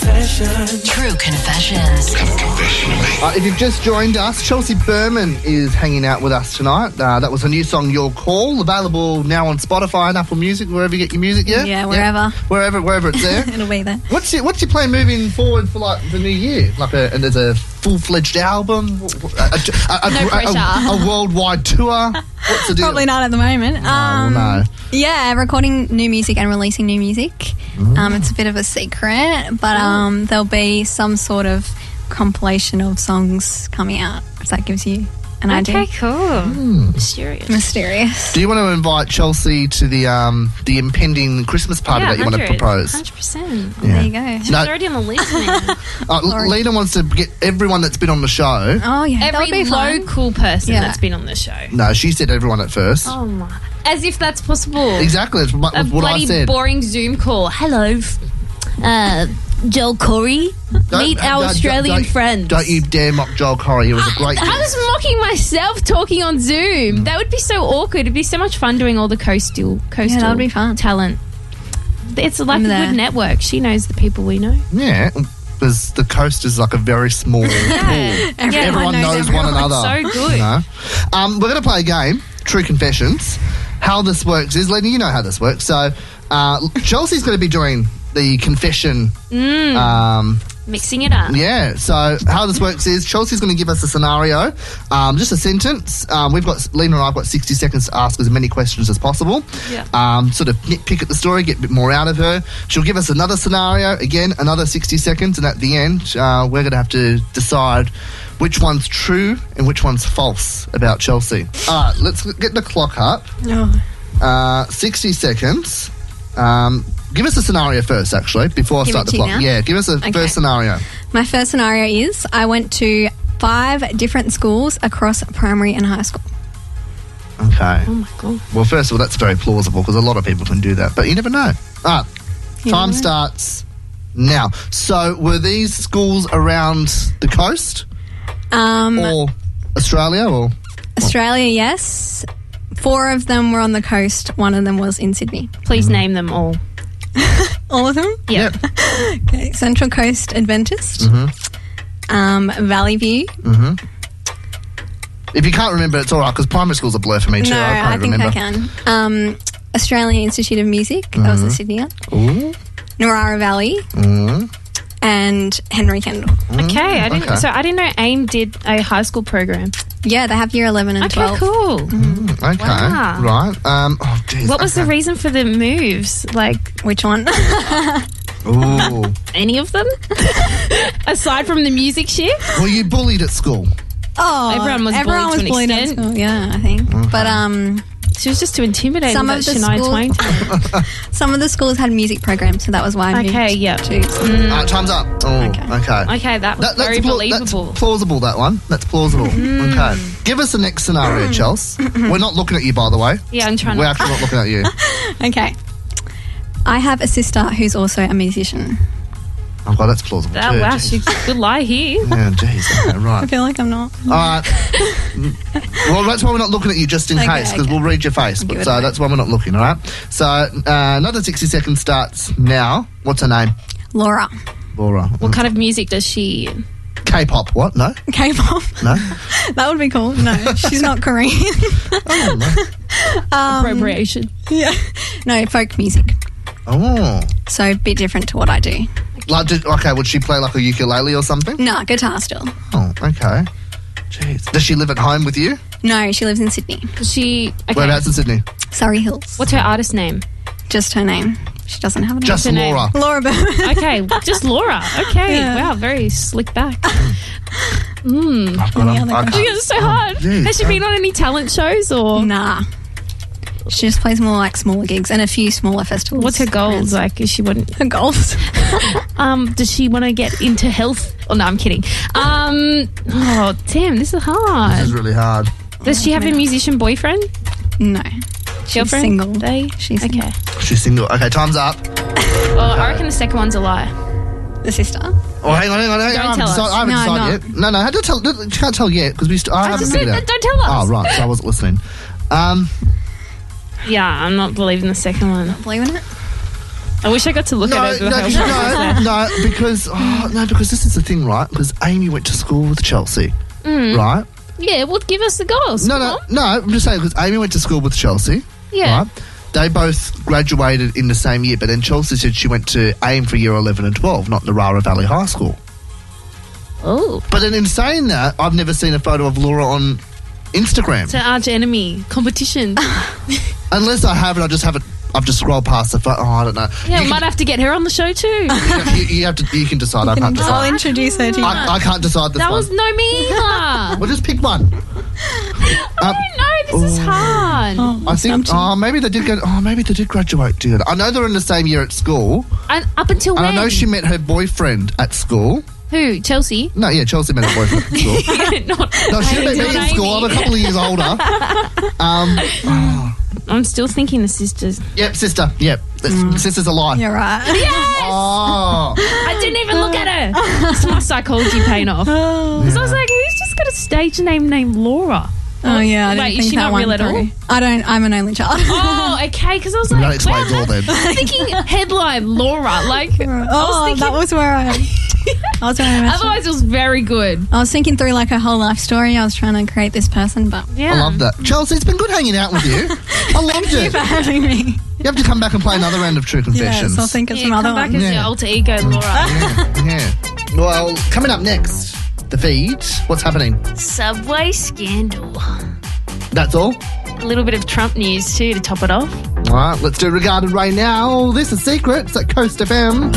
Confession to me.
Uh, if you've just joined us, Chelsea Berman is hanging out with us tonight. Uh, that was her new song, Your Call, available now on Spotify and Apple Music, wherever you get your music. Yeah,
Yeah, wherever.
wherever, wherever it's there.
It'll be there.
what's your What's your plan moving forward for like the new year? Like, a, and there's a full fledged album, a, a- a-
No
a-
pressure.
a worldwide tour. What's the deal? Oh,
Probably not at the moment. um,
no.
Yeah, recording new music and releasing new music.
Mm-hmm.
Um, it's a bit of a secret, but um, there'll be some sort of compilation of songs coming out, if that gives you an idea.
cool. Mysterious.
Mysterious.
Hmm. Do you want to invite Chelsea to the um the impending Christmas party that you want to
100,
propose?
100%.
Yeah.
There you go.
She's
No.
already on the list, man.
Uh, L- Lena wants to get everyone that's been on the show.
Oh, yeah. that would
Every
be fun.
local person
Yeah.
that's been on the show.
No, she said everyone at first.
Oh my. As if that's possible.
Exactly, that's what,
A
what I
bloody
said.
boring Zoom call. Hello, f- uh, Joel Corey.
Don't-
Meet our
don't-
Australian
don't-
friends.
Don't e- you dare mock Joel Corey. He was a great.
I was mocking myself talking on Zoom. That would be so awkward. It'd be so much fun doing all the coastal, coastal
that'd be fun.
talent. It's like
I'm
a
there.
good network. She knows the people we know.
yeah, because the coast is like a very small pool. Everyone knows, one another.
So good.
You know? um, we're going to play a game, True Confessions. How this works is, Lena, you know how this works. So, uh, Chelsea's going to be doing the confession. Um,
Mm. Mixing it up.
Yeah. So how this works is Chelsea's going to give us a scenario, um, just a sentence. Um, we've got Lena and I've got sixty seconds to ask as many questions as possible.
Yeah.
Um, sort of nitpick at the story, get a bit more out of her. She'll give us another scenario again, another sixty seconds, and at the end, uh, we're going to have to decide which one's true and which one's false about Chelsea. All right, let's get the clock up.
Oh.
Uh, 60 seconds. Um, give us a scenario first, actually, before I
Give
start the
it to you
clock.
now?
Yeah, give us a
Okay.
first scenario.
My first scenario is I went to five different schools across primary and high school.
Okay.
Oh my god.
Well, first of all, that's very plausible because a lot of people can do that, but you never know. Ah,
You
time
never know.
starts now. So, were these schools around the coast
Um,
or Australia or?
Australia, yes. Four of them were on the coast. One of them was in Sydney.
Please
Mm-hmm.
name them all.
All of them?
Yep.
Okay. Central Coast Adventist.
Mm-hmm.
Um, Valley View.
If you can't remember, it's all right because primary school's a blur for me too.
no,
I can't
I, think
remember. Mm-hmm.
I can. Um, Australian Institute of Music. That was the Sydney one.
Ooh,
Narara Valley.
mm.
And Henry Kendall.
Okay. I didn't.
okay.
So I didn't know AIM did a high school program.
Yeah, they have year 11 and
Okay.
12.
Cool.
Okay,
Wow.
right. Um, oh, geez,
What was the
okay.
reason for the moves? Like
Which one? Oh,
Ooh.
any of them? Aside from the music shift,
Were you bullied at school?
oh,
Everyone was
everyone
bullied to an
was bullied at
extent.
school. Yeah, I think. But um,
she was just too intimidating.
Some
that
of the
Shania
school-
Twain did.
some of the schools had music programs, so that was why I
Okay.
moved
Yeah.
to.
All right, time's up. Oh, okay.
Okay.
Okay. That was
That-
very
plau-
believable.
That's plausible, that one. That's plausible. Okay. Give us the next scenario, Chels. We're not looking at you, by the way.
yeah. I'm trying
We're
to.
actually not looking at you.
Mm.
Okay. I have a sister who's also a musician.
Oh, God, that's plausible.
That,
too.
wow.
Jeez.
She, good lie here.
Yeah, jeez. Okay,
I
right.
feel like I'm not.
All right. Mm. Well, that's why we're not looking at you just in
Okay,
case, because
okay.
we'll read your face.
give
But,
it
so
away.
that's why we're not looking, all right? So uh, another 60 seconds starts now. What's her name?
Laura.
Laura.
What kind of music does she?
K pop. What? No?
K pop.
No?
That would be cool. No, she's not Korean.
Oh, no.
Appropriation.
No, folk music.
Oh.
So a bit different to what I do.
Like, did, okay, would she play like a ukulele or something?
No, guitar still.
Oh, okay. Jeez. Does she live at home with you?
No, she lives in Sydney.
She. Okay.
Whereabouts in Sydney?
Surrey Hills.
What's her artist name?
Just her name. She doesn't have a name.
Just
her name?
Laura.
Laura Berman.
Okay, just Laura. Okay, wow, very slick back.
I've got a-
other
I
guy.
can't-
It's so hard.
geez.
Has she been on any talent shows
Mm,
or
Nah. She just plays more like smaller gigs and a few smaller festivals.
what's her goals? Like, is she want?
Her goals?
Um, does she want to get into health? Oh no, I'm kidding. Um, oh damn, this is
This
hard.
is really hard.
Does she have a musician boyfriend?
no. She's
Girlfriend?
single.
They?
She's
okay.
single.
She's single. Okay, time's up.
Well, I reckon the second one's a lie.
The sister?
Oh, hang on, hang on, hang on.
Don't
I haven't,
tell us.
decided, I haven't
No,
decided yet. No, no, I had to tell. no, She can't tell yet because we. St- I, haven't
just
figured
said,
out.
don't tell us.
Oh right, so I wasn't listening. Um,
Yeah, I'm not believing the second one.
Believe in it?
I wish I got to look
no,
at it.
no,
with her.
no, no, because oh, no, because this is the thing, right? Because Amy went to school with Chelsea,
Mm.
right?
Yeah, well, give us the goals.
No,
Come
no,
on.
no. I'm just saying because Amy went to school with Chelsea.
Yeah.
Right? They both graduated in the same year, but then Chelsea said she went to AIM for year 11 and 12, not Narara Valley High School.
Oh,
But then in saying that, I've never seen a photo of Laura on Instagram.
it's an arch enemy competition.
Unless I have it, I just haven't. I've just scrolled past the photo. Oh, I don't know.
Yeah,
you,
we might have to get her on the show too.
can, you, you have to. You can decide. I can't decide.
I'll introduce her to you.
I, I can't decide this
that
one.
was no me either.
Well, just pick one. Um,
no, this is hard.
I think. Oh, maybe they did go. Oh, maybe they did graduate together. I know they're in the same year at school,
And up until
and
when?
I know she met her boyfriend at school.
Who? Chelsea?
No, yeah, Chelsea met her boyfriend at school.
Not-
No, she met me
Not
at school. I'm a
Amy.
couple of years older. Um,
I'm still thinking the sisters.
yep, sister. Yep,
Mm.
sister's alive.
You're right.
Oh,
I didn't even look at her. It's my psychology paying off. Because I was like, who's just got a stage name named Laura?
Oh yeah, I didn't
Wait, is
think
she
that
not
one
real at
through.
all?
I don't. I'm an only child.
Oh, okay. Because I was
that
like,
explains
well,
all then.
I'm thinking headline Laura. Like,
Oh, that was where I. I was, where I, imagined-
otherwise it was very good.
I was thinking through like her whole life story. I was trying to create this person, but
Yeah.
I love that. Chelsea, it's been good hanging out with you. I loved it.
for having me.
You have to come back and play another round of True
Yeah,
Confessions.
so I'll think of
Yeah,
some other
come back
one.
as
Yeah.
your alter ego, Laura.
yeah. Well, coming up next, the feed. What's happening?
Subway scandal.
That's all.
A little bit of Trump news too to top it off.
All right, let's do Regarded Right Now. This is Secrets at Coast FM.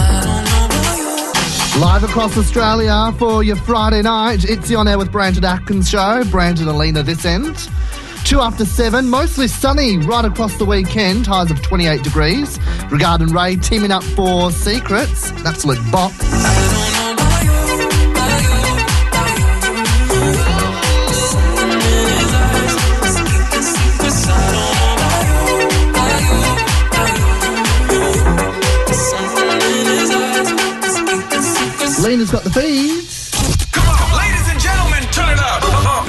Live across Australia for your Friday night. It's the On Air with Brandon Atkins show. Brandon and Lena this end. Two after seven, mostly sunny right across the weekend, highs of 28 degrees. Regard and Ray teaming up for Secrets. An absolute bop. Lena's got the feeds.
Come on, ladies and gentlemen, turn it up.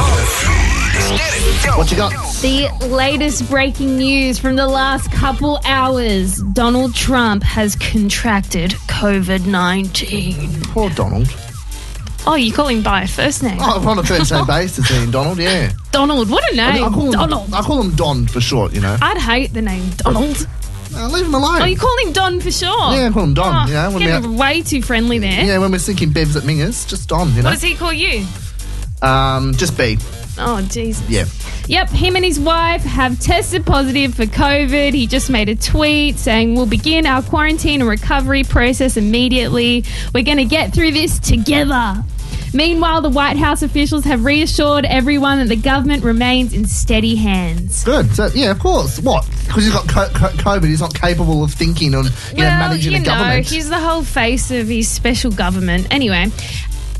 Let's get it. Yo.
What you got?
The latest breaking news from the last couple hours
Donald Trump has contracted COVID 19.
Poor Donald.
Oh, you call him by a first name?
Oh, I'm on a first name basis, Ian Donald, yeah.
Donald, what a
I
name.
call him,
Donald.
I call him Don for short, you know.
I'd hate the name Donald.
Ah.
Uh, leave him alone.
Oh, you call him Don for sure.
yeah, I call him Don.
Oh,
you know, when
getting
we're,
way too friendly there.
yeah, when we're sinking bevs at Mingers, just Don. You
What
know,
does he call you?
um, just B.
Oh, jeez.
Yeah,
Yep, him and his wife have tested positive for COVID. He just made a tweet saying, We'll begin our quarantine and recovery process immediately. We're going to get through this together. Meanwhile, the White House officials have reassured everyone that the government remains in steady hands.
good. So yeah, of course. What? Because he's got co- co- COVID, he's not capable of thinking on you know managing a government.
he's the whole face of his special government. Anyway,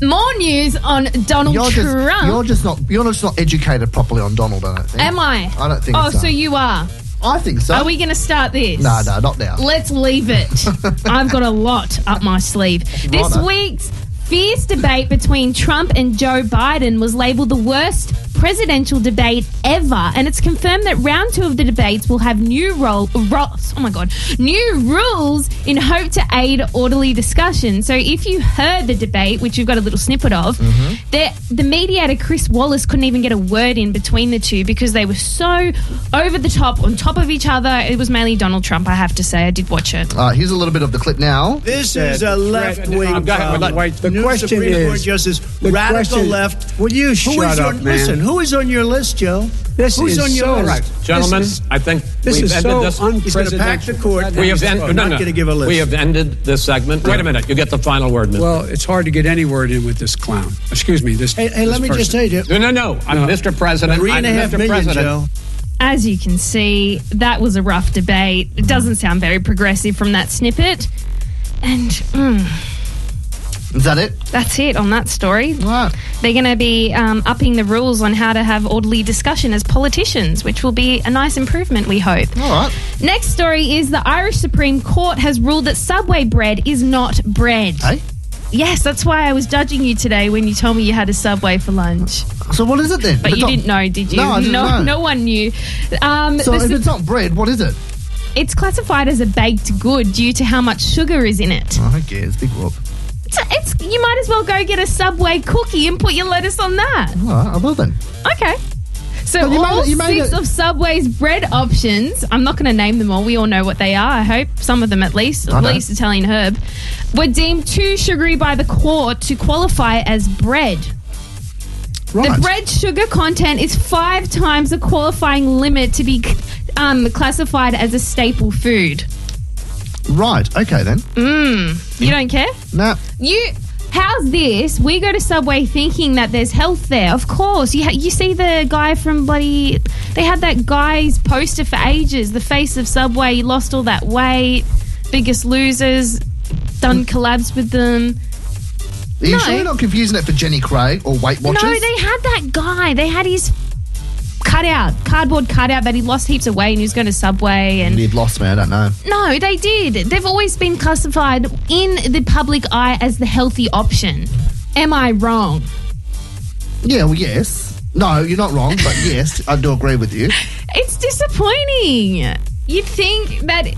more news on Donald
you're just
Trump.
you're just not you're just not educated properly on Donald. I don't think.
Am I?
I don't think
Oh,
so.
so you are.
I think so.
Are we going to start this?
No, no, not now.
Let's leave it. I've got a lot up my sleeve. This
Righto.
week's fierce debate between Trump and Joe Biden was labeled the worst presidential debate ever, and it's confirmed that round two of the debates will have new role, ro- oh my god, new rules in hope to aid orderly discussion. So if you heard the debate, which you've got a little snippet of, the the mediator Chris Wallace couldn't even get a word in between the two because they were so over the top, on top of each other. It was mainly Donald Trump, I have to say. I did watch it.
Uh, here's a little bit of the clip now.
This is a left wing.
I've got-
problem.
wait,
the
new
question
Supreme
is
Court Justice,
the
radical
question-
left.
Will you
Who
shut
is
up,
on,
man?
Listen, who is on your list, Joe?
This
Who's
is
on your
so-
list?
Right.
This
Gentlemen,
is-
I think
This
we've
is
ended
so
this.
He's gonna pack the court.
We have, en-
Oh,
no,
not
no.
gonna give a list.
we have ended this segment. Wait a minute. You get the final word, Mr.
Well, it's hard to get any word in with this clown. Excuse me. This.
Hey, hey, let
this
me
person.
just say, Joe-
No, no, no.
No.
I'm Mr. President.
Three and
I'm
a half
Mr.
million,
President.
Joe.
As you can see, that was a rough debate. It doesn't sound very progressive from that snippet. And mm,
Is that it?
that's it on that story. They're going to be um, upping the rules on how to have orderly discussion as politicians, which will be a nice improvement, we hope.
All right.
Next story is the Irish Supreme Court has ruled that Subway bread is not bread.
Hey?
Yes, that's why I was judging you today when you told me you had a Subway for lunch.
So what is it then? If
But
it's
you
not-
didn't know, did you?
No, I didn't
no,
know.
no one knew. Um,
So
the
if
Sup-
it's not bread, what is it?
it's classified as a baked good due to how much sugar is in it.
Oh, who cares? Big whoop.
It's, it's you might as well go get a Subway cookie and put your lettuce on that.
All right, I will then.
Okay. So
But you made
all
it- you made
six
it-
of Subway's bread options. I'm not going to name them all. We all know what they are. I hope some of them, at least,
I
at
don't.
least Italian herb, were deemed too sugary by the court to qualify as bread. The bread sugar content is five times the qualifying limit to be um, classified as a staple food.
Right. Okay then.
Mm. You don't care?
Nah.
You. How's this? We go to Subway thinking that there's health there. Of course, you ha- you see the guy from bloody. They had that guy's poster for ages. The face of Subway. He lost all that weight. Biggest losers. Done collabs with them.
Are you
No.
sure you're not confusing it for Jenny Craig or Weight Watchers?
No, they had that guy. They had his cutout, cardboard cutout that he lost heaps of weight and he was going to Subway and.
You've lost me. I don't know.
No, they did. They've always been classified in the public eye as the healthy option. Am I wrong?
Yeah. Well, yes. No, you're not wrong, but yes, I do agree with you.
It's disappointing. You'd think that.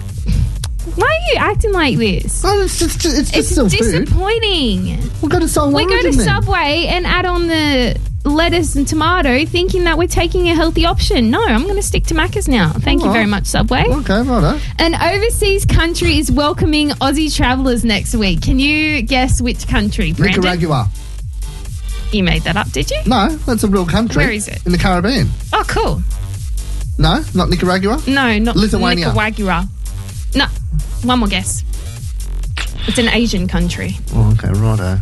Why are you acting like this?
Well, it's just, it's just still food.
disappointing.
We'll go to Soul
We go to
Origin then.
Subway and add on the lettuce and tomato, thinking that we're taking a healthy option. No, I'm going to stick to Macca's now. Thank you
Alright.
very much, Subway.
Okay, righto.
An overseas country is welcoming Aussie travellers next week. Can you guess which country, Brandon?
Nicaragua.
You made that up, did you?
No, that's a real country.
Where is it?
In the Caribbean.
Oh, cool.
No, not Nicaragua.
No, not
Lithuania.
Nicaragua. No, one more guess. It's an Asian country.
Oh, okay, righto.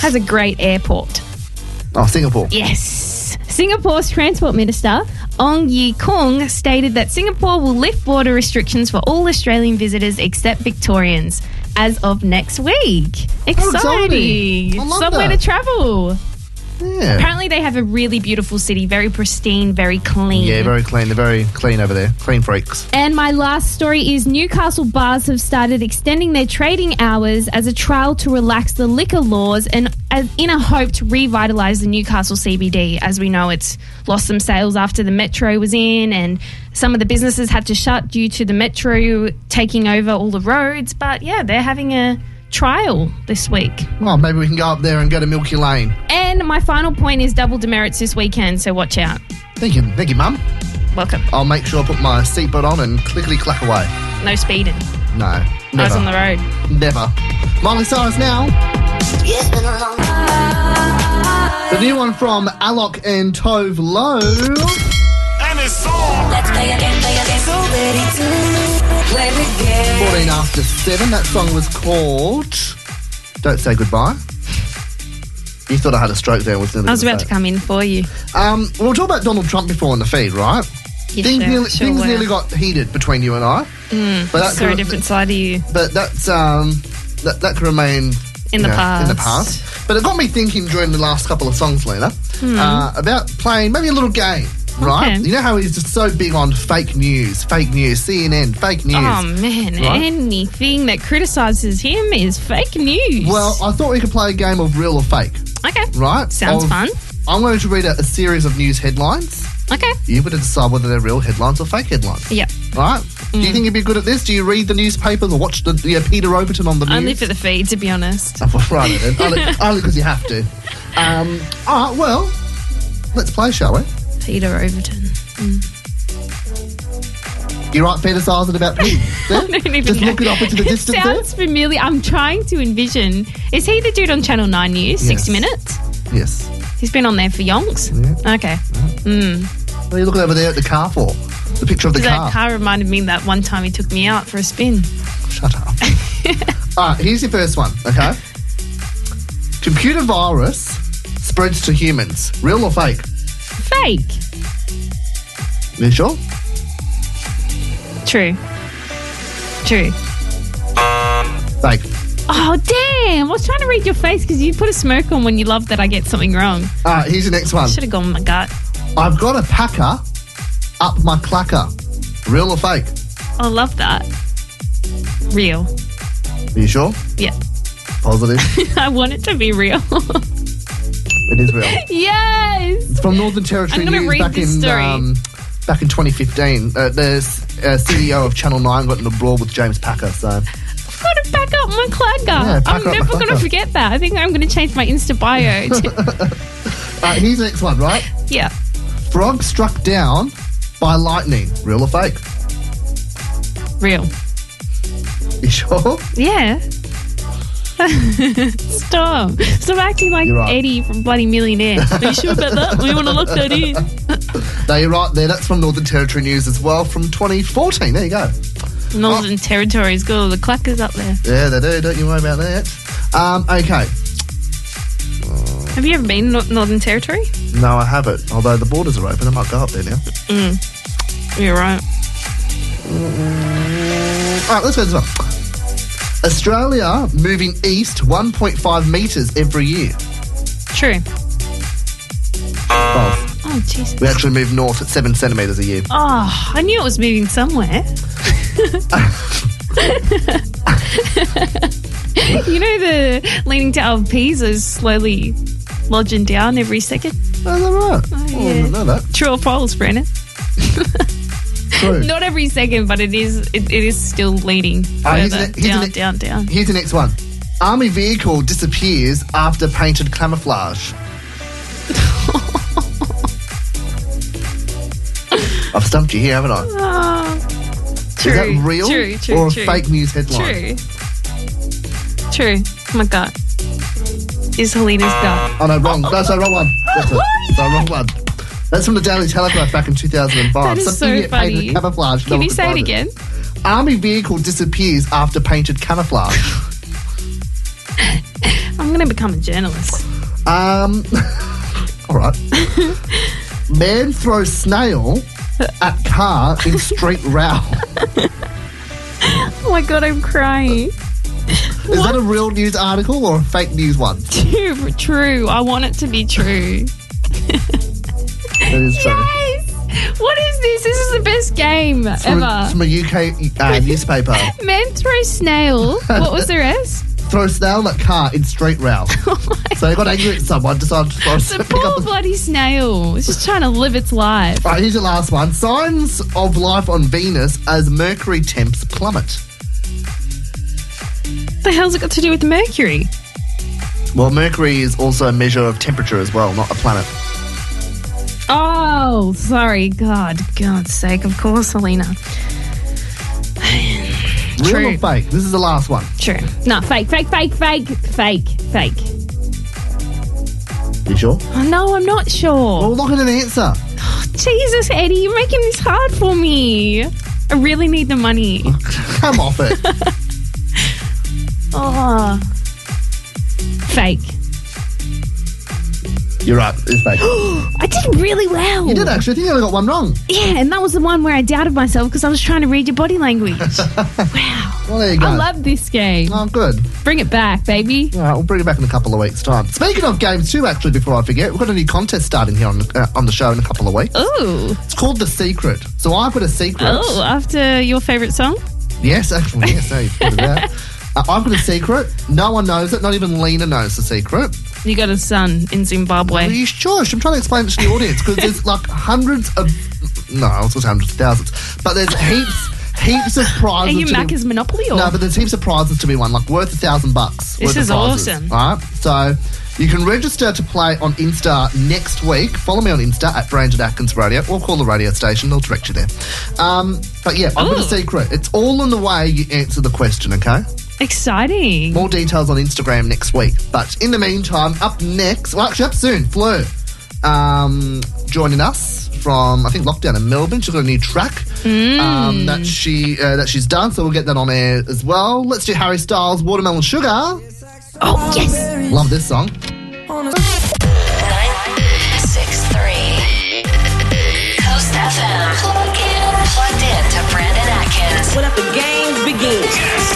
Has a great airport.
Oh, Singapore.
Yes. Singapore's Transport Minister, Ong Ye Kung, stated that Singapore will lift border restrictions for all Australian visitors except Victorians as of next week. Exciting.
exciting. Oh, I love
Somewhere
that.
to travel.
Yeah.
Apparently, they have a really beautiful city, very pristine, very clean.
Yeah, very clean. They're very clean over there. Clean freaks.
And my last story is Newcastle bars have started extending their trading hours as a trial to relax the liquor laws and as in a hope to revitalise the Newcastle CBD. As we know, it's lost some sales after the metro was in, and some of the businesses had to shut due to the metro taking over all the roads. But yeah, they're having a trial this week.
Well, maybe we can go up there and go to Milky Lane.
And my final point is double demerits this weekend, so watch out.
Thank you, thank you, Mum.
Welcome.
I'll make sure I put my seatbelt on and clickety clack away.
No speeding.
No,
Eyes on the
never,
road.
never. Miley Cyrus now. The new one from Alok and Tove Lo.
And it's song.
Let's play a game, play a game. So ready to play the game.
14 after 7. That song was called Don't Say Goodbye. You thought I had a stroke there, wasn't it?
I was about to come in for you.
Um, we were talking about Donald Trump before on the feed, right?
Yes,
things
sir,
nearly,
sure
things
were.
nearly got heated between you and I.
Mm,
But
but
that
saw a
could-
different side of you.
but that's um, that that can remain
In
you
the
in the
past.
past. But it got me thinking during the last couple of songs, Lena,
Hmm.
uh, about playing maybe a little game. Right,
Okay.
you know how he's just so big on fake news, fake news, CNN, fake news.
Oh man,
Right?
anything that criticizes him is fake news.
Well, I thought we could play a game of real or fake,
okay,
right?
sounds
Of-
fun.
I'm going to read out a series of news headlines.
Okay.
You would decide whether they're real headlines or fake headlines.
Yep.
All right. Do
Mm.
you think you'd be good at this? Do you read the newspapers or watch the yeah, Peter Overton on the news?
Only for the feed, to be honest.
Ah. right, then. Only- Only because you have to. Um, all right, well, let's play, shall we?
Peter Overton.
You're right, Peter Sarzen about Pete. There? Just look it up into the
It
distance there.
sounds familiar. I'm trying to envision. Is he the dude on Channel 9 News? 60
Yes.
Minutes?
Yes.
He's been on there for yonks? Okay. Mm.
What are you looking over there at the car for? The picture of the
that
car.
car reminded me that one time he took me out for a spin.
Shut up. All right, here's your first one, okay? Computer virus spreads to humans. Real or fake?
Fake.
You sure?
True. True.
Fake.
Oh, damn. I was trying to read your face because you put a smirk on when you love that I get something wrong.
All right, here's your next one.
Should have gone with my gut.
I've got a packer up my clacker. Real or fake?
I love that. Real.
you sure?
Yeah.
Positive.
I want it to be real.
it is real.
yes.
It's from Northern Territory
I'm gonna
News
read
back in
this story.
um, back in 2015. Uh, the uh, CEO of Channel Nine got in a brawl with James Packer. So
I've got to back up my clacker.
Yeah, back
I'm
up my
never going to
clacker.
forget that. I think I'm going to change my Insta bio. to-
uh, here's the next one, right?
yeah.
Frog struck down by lightning. Real or fake?
Real.
You sure?
Yeah. Stop. Stop acting like
You're right.
Eddie from Bloody Millionaire. Are you sure about that? We want to lock that in.
No, you're right there. That's from Northern Territory News as well from 2014. There you go.
Northern Territory's got all the clackers up there.
Yeah, they do. Don't you worry about that. Um, okay.
Have you ever been in Nor- Northern Territory?
No, I haven't. Although the borders are open, I might go up there now.
Mm. You're right.
All right, let's go this one. Australia moving east 1.5 metres every year.
True.
Well,
Oh, Jesus.
we actually move north at 7 centimetres a year.
Oh, I knew it was moving somewhere. you know the Leaning Tower of Pisa is slowly lodging down every second.
Oh, is that right? Oh, I
yeah.
didn't know that.
True or false, Brennan?
True.
Not every second, but it is. It, it is still leading
Ah, here's
further
the- here's the
down,
ne-
down, down.
Here's the next one. Army vehicle disappears after painted camouflage. I've stumped you here, haven't I?
Oh,
Is
True,
that real
true, true,
or a
true.
fake news headline?
true. True. Oh My God. Is Helena's gut.
Oh no, wrong. That's the wrong one. That's it. The wrong one. That's from the Daily Telegraph back in 2005.
That is
Something
so
get painted
funny.
camouflage. no
Can
one
you
could
say
find
it again?
Army vehicle disappears after painted camouflage.
I'm going to become a journalist.
um, all right. Man throws snail at car in street row.
Oh my God, I'm crying.
Is that a real news article or a fake news one?
True, true. I want it to be true.
That is true.
Yes! What is this? This is the best game
It's From, a,
ever.
from a UK uh, newspaper.
Men throw snail. What was the rest?
Throw snail at car in street row.
Oh
so they got angry at someone, decided to throw
The poor bloody snail. It's just trying to live its life.
Right, here's your last one. Signs of life on Venus as Mercury temps plummet.
What the hell's it got to do with Mercury?
Well, Mercury is also a measure of temperature as well, not a planet.
Oh, sorry. God, God's sake. Of course, Selena.
Real
True.
or fake? This is the last one.
True. No, fake, fake, fake, fake, fake, fake.
You sure?
Oh, no, I'm not sure.
Well, lock in an answer.
Jesus, Eddie, you're making this hard for me. I really need the money.
Come off it.
Oh. Fake.
You're right. It's fake.
I did really well.
you did actually. I think you only got one wrong.
Yeah, and that was the one where I doubted myself because I was trying to read your body language.
Well, there you go.
I love this game.
Oh, good.
Bring it back, baby.
All right, we'll bring it back in a couple of weeks' time. Speaking of games, too, actually, before I forget, we've got a new contest starting here on the, uh, on the show in a couple of weeks.
Ooh.
It's called The Secret. So I've got a secret.
Oh, after your favourite song?
Yes, actually, yes, there you put it out. Uh, I've got a secret. No one knows it. Not even Lena knows the secret.
You got a son in Zimbabwe.
Are you sure? I'm trying to explain it to the audience because there's like hundreds of no, I was going to say hundreds of thousands, but there's heaps. Heaps of prizes.
Are you
to be-
Macca's Monopoly or-
no? But there's heaps of prizes to be won, like worth a thousand bucks.
This
worth
is
of prizes,
awesome.
All right, so you can register to play on Insta next week. Follow me on Insta at Brandon Atkins Radio, or call the radio station. They'll direct you there. Um, but yeah, I'm a secret. It's all on the way you answer the question. Okay.
Exciting.
More details on Instagram next week. But in the meantime, up next, well, actually, up soon, Fleur um, joining us from I think lockdown in Melbourne. She's got a new track
Mm.
um, that she uh, that she's done, so we'll get that on air as well. Let's do Harry Styles, Watermelon Sugar. Oh yes, love this song.
Six three. Coast FM. Plug in. Plugged in to Brandon Atkins. What up? The games begin.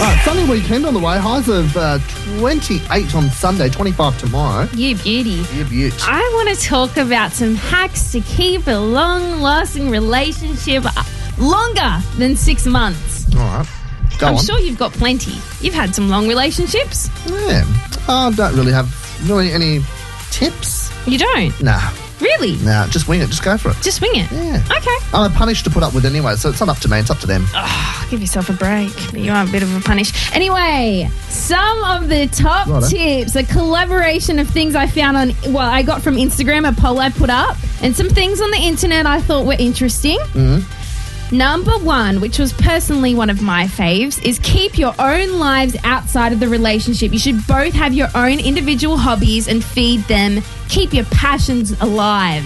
Alright, sunny weekend on the way. Highs of uh, 28 on Sunday, 25 tomorrow.
You beauty.
Yeah, beaut.
I want to talk about some hacks to keep a long lasting relationship longer than six months.
All right, go
I'm
on.
sure you've got plenty. You've had some long relationships.
Yeah, I don't really have really any tips.
You don't?
Nah,
Really?
nah. Just wing it. Just go for it.
Just wing it.
Yeah.
Okay.
I'm a punish to put up with anyway, so it's not up to me, it's up to them.
Oh, give yourself a break. You are a bit of a punish. Anyway, some of the top
Righto.
tips, a collaboration of things I found on, well, I got from Instagram, a poll I put up, and some things on the internet I thought were interesting. Number one, which was personally one of my faves, is keep your own lives outside of the relationship. You should both have your own individual hobbies and feed them. Keep your passions alive.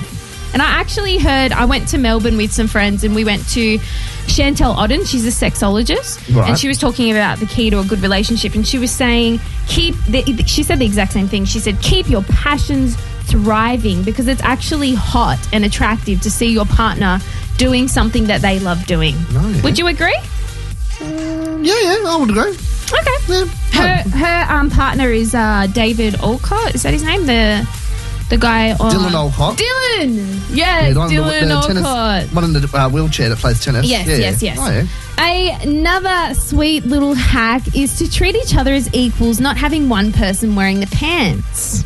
And I actually heard, I went to Melbourne with some friends and we went to Chantel Odden. She's a sexologist.
Right.
And she was talking about the key to a good relationship. And she was saying, keep, the, she said the exact same thing. She said, keep your passions thriving because it's actually hot and attractive to see your partner doing something that they love doing.
yeah.
Would you agree?
yeah, yeah, I would agree.
Okay. Her her um, partner is uh, David Olcott. Is that his name? The the guy on
Dylan Olcott.
Dylan. Yes,
the one- the-
Dylan
the tennis-
Olcott.
One in the uh, wheelchair that plays tennis.
Yes,
Yeah,
yes,
yeah.
yes.
Oh, yeah.
Another sweet little hack is to treat each other as equals, not having one person wearing the pants.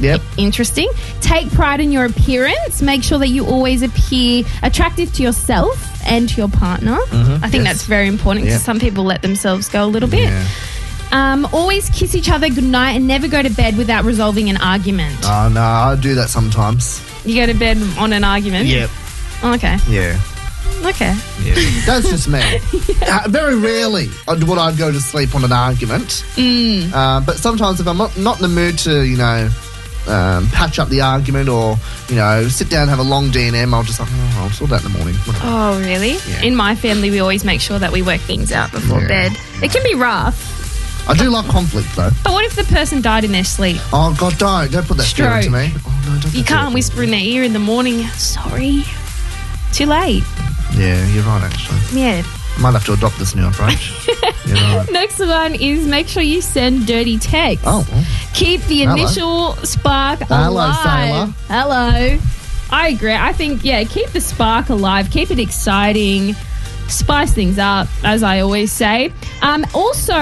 Yep.
Interesting. Take pride in your appearance. Make sure that you always appear attractive to yourself and to your partner.
Mm-hmm.
Mhm,
I think
yes.
that's very important because
Yeah.
some people let themselves go a little bit. Um, always kiss each other goodnight and never go to bed without resolving an argument.
Oh, no, I do that sometimes.
You go to bed on an argument?
Yep.
Okay.
Yeah.
Okay.
Yeah. That's just me. Uh, very rarely I'd- would I go to sleep on an argument.
Mm.
Uh, but sometimes if I'm not, not in the mood to, you know, um, patch up the argument or, you know, sit down and have a long D&M, I'll just, like, oh, I'll sort that in the morning. Whatever.
Oh, really?
Yeah.
In my family, we always make sure that we work things out before
Yeah.
bed. It can be rough,
I do like conflict, though.
but what if the person died in their sleep?
Oh, God, don't. Don't put that fear into
Stroke.
me. Oh,
You can't whisper in their ear in the morning, sorry. Too late.
Yeah, you're right, actually.
Yeah.
I might have to adopt this new approach. you're right.
Next one is make sure you send dirty texts.
Oh, well.
Keep the
Hello.
initial spark
Hello,
alive. Hello. I agree. I think, yeah, keep the spark alive, keep it exciting, spice things up, as I always say. Um, also,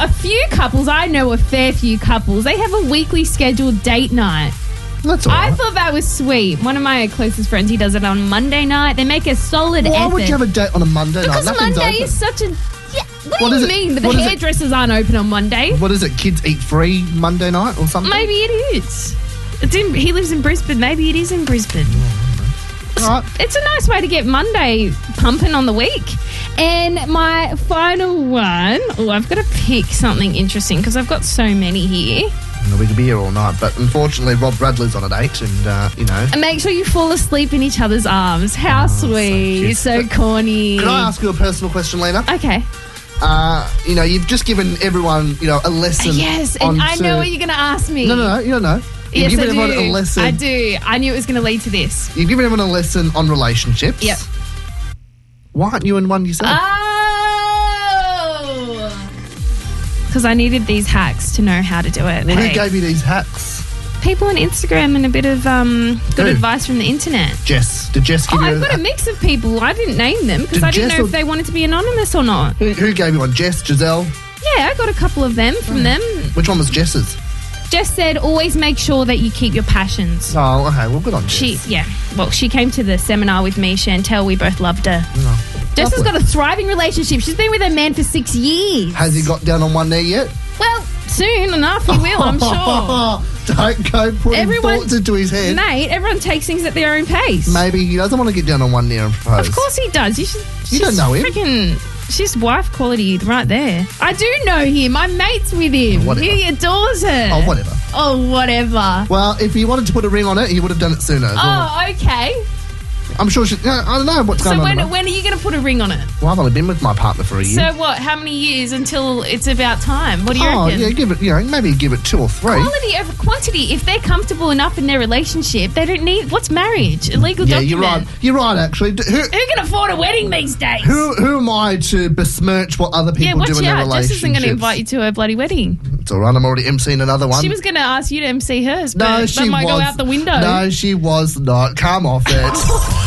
a few couples, I know a fair few couples, they have a weekly scheduled date night.
That's
all I thought that was sweet. One of my closest friends, he does it on Monday night. They make a solid
Why
effort.
would you have a date on a Monday
Because
night?
Monday
Nothing's open.
is such a. Yeah, what,
What
do
is
you
it-
mean? The
what is it-
hairdressers aren't open on Monday.
What is it? Kids eat free Monday night or something?
Maybe it is. It's in, he lives in Brisbane. Maybe it is in Brisbane. It's, it's a nice way to get Monday pumping on the week. And my final one. Oh, I've got to pick something interesting because I've got so many here.
No, we could be here all night, but unfortunately, Rob Bradley's on a date, and uh, you know.
And make sure you fall asleep in each other's arms. How sweet. So, corny.
Can I ask you a personal question, Lena?
Okay.
Uh, you know, you've just given everyone, you know, a lesson.
Yes, and
on
I
to-
know what you're going to ask me.
No, no, no, you don't know. You've
Yes,
given
I
everyone a
do.
lesson.
I do. I knew it was going to lead to this.
You've given everyone a lesson on relationships.
Yep.
Why aren't you in one yourself?
Oh! Because I needed these hacks to know how to do it.
Who
Oh, Hey.
gave you these hacks?
People on Instagram and a bit of um, good
Who?
advice from the internet.
Jess. Did Jess
Oh,
give you
I've
a
got a mix of people. I didn't name them because
Did
I didn't
Jess
know
or-
if they wanted to be anonymous or not.
Who, who gave you one? Jess, Giselle?
Yeah, I got a couple of them from them.
Which one was Jess's?
Jess said, always make sure that you keep your passions.
Oh, okay. Well, good on you.
She, yeah. Well, she came to the seminar with me, Chantel. We both loved her.
Oh.
Jess has got a thriving relationship. She's been with her man for six years.
Has he got down on one knee yet?
Well, soon enough he will, I'm sure.
Don't go putting
Everyone-
thoughts into his head.
Mate, everyone takes things at their own pace.
Maybe he doesn't want to get down on one knee and propose.
Of course he does. You should.
You
she's
don't know him.
Freaking, she's wife quality right there. I do know him. My mate's with him.
Oh, Whatever.
He adores her.
Oh, whatever.
Oh, whatever.
Well, if he wanted to put a ring on it, he would have done it sooner.
Oh, okay.
I'm sure she. I don't know what's going
So
on.
when
about-
when are you going to put a ring on it?
well, I've only been with my partner for a year.
So what? How many years until it's about time? What do you
oh,
reckon?
yeah, give it, you know, maybe give it two or three.
Quality over quantity. If they're comfortable enough in their relationship, they don't need what's marriage? A legal
yeah,
document.
you're right. You're right, actually. D- Who,
Who can afford a wedding these days?
who, who am I to besmirch what other
yeah,
people do
watch
in their
out. Jess
relationships?
isn't going to invite you to her bloody wedding.
It's all right. I'm already emceeing another one.
She was going to ask you to MC hers, but
no,
that
she
might
was
go out the window.
No, she was not. Come off it.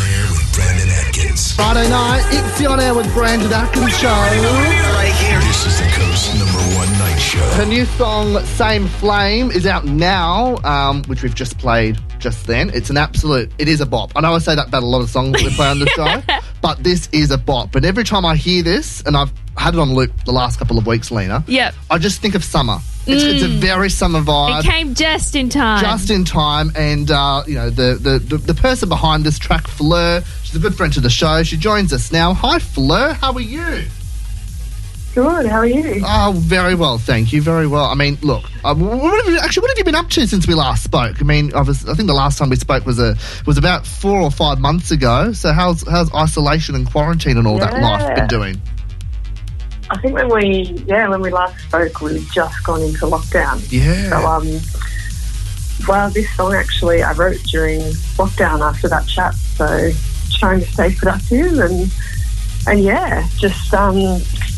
Brandon Atkins.
Friday night, it's the on air with Brandon Atkins show.
Right here. This is the Coast number one night show.
Her new song, Same Flame, is out now, um, which we've just played just then. It's an absolute, it is a bop. I know I say that about a lot of songs that we play on the show, but this is a bop. But every time I hear this, and I've had it on loop the last couple of weeks, Lena,
Yep.
I just think of summer. It's, it's a
Mm.
very summer vibe.
It came just in time.
just in time. And uh, you know, the, the the the person behind this track, Fleur, she's a good friend to the show. She joins us now. Hi, Fleur. How are you?
Good. How are you?
Oh, very well, thank you. Very well. I mean, look, uh, what have you, actually, what have you been up to since we last spoke? I mean, I, was, I think the last time we spoke was a was about four or five months ago. So how's how's isolation and quarantine and all that life
Yeah.
been doing?
I think when we yeah when we last spoke, we've just gone into lockdown.
Yeah.
So um, well, this song actually I wrote during lockdown after that chat. So trying to stay productive and and yeah, just um,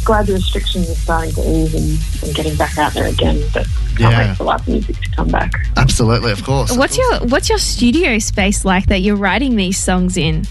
glad the restrictions are starting to ease and, and getting back out there again. But can't wait for live music to come back.
Absolutely, of course.
What's your What's your studio space like that you're writing these songs in?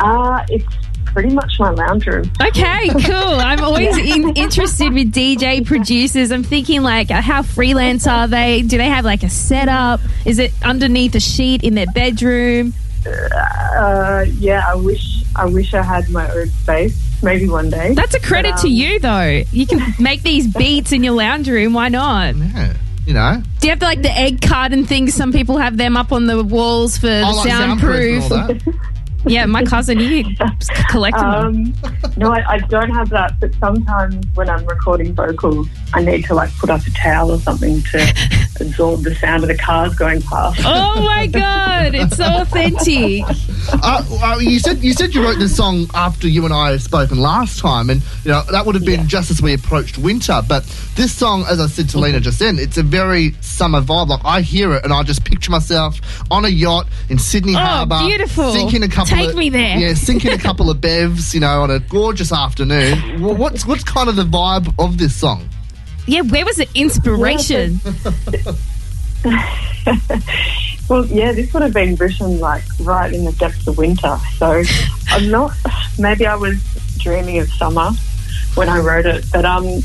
Uh, it's pretty much my lounge room.
Okay, cool. I'm always in, interested with DJ producers. I'm thinking like, uh, how freelance are they? Do they have like a setup? Is it underneath a sheet in their bedroom?
Uh, yeah, I wish I wish I had my own space. Maybe one day.
That's a credit
But,
to
um,
you though. You can make these beats in your lounge room. Why not?
Yeah, you know.
Do you have like the egg carton things? Some people have them up on the walls for
I Oh, like
soundproof.
soundproof and all that.
yeah, my cousin he collected them.
Um, no, I, I don't have that. But sometimes when I'm recording vocals, I need to like put up a towel or something to absorb the sound of the cars going past.
Oh my god, it's so authentic.
uh, uh, you said you said you wrote this song after you and I have spoken last time, and you know that would have been just as we approached winter. But this song, as I said to Lena just then, it's a very summer vibe. Like I hear it, and I just picture myself on a yacht in Sydney
Oh,
Harbour,
beautiful.
sinking a couple.
Take
of,
me there.
Yeah, sinking a couple of bevs, you know, on a gorgeous afternoon. Wh- What's what's kind of the vibe of this song?
Yeah, where was the inspiration?
Well, yeah, this would have been written like right in the depths of winter. So I'm not. Maybe I was dreaming of summer when I wrote it, but um,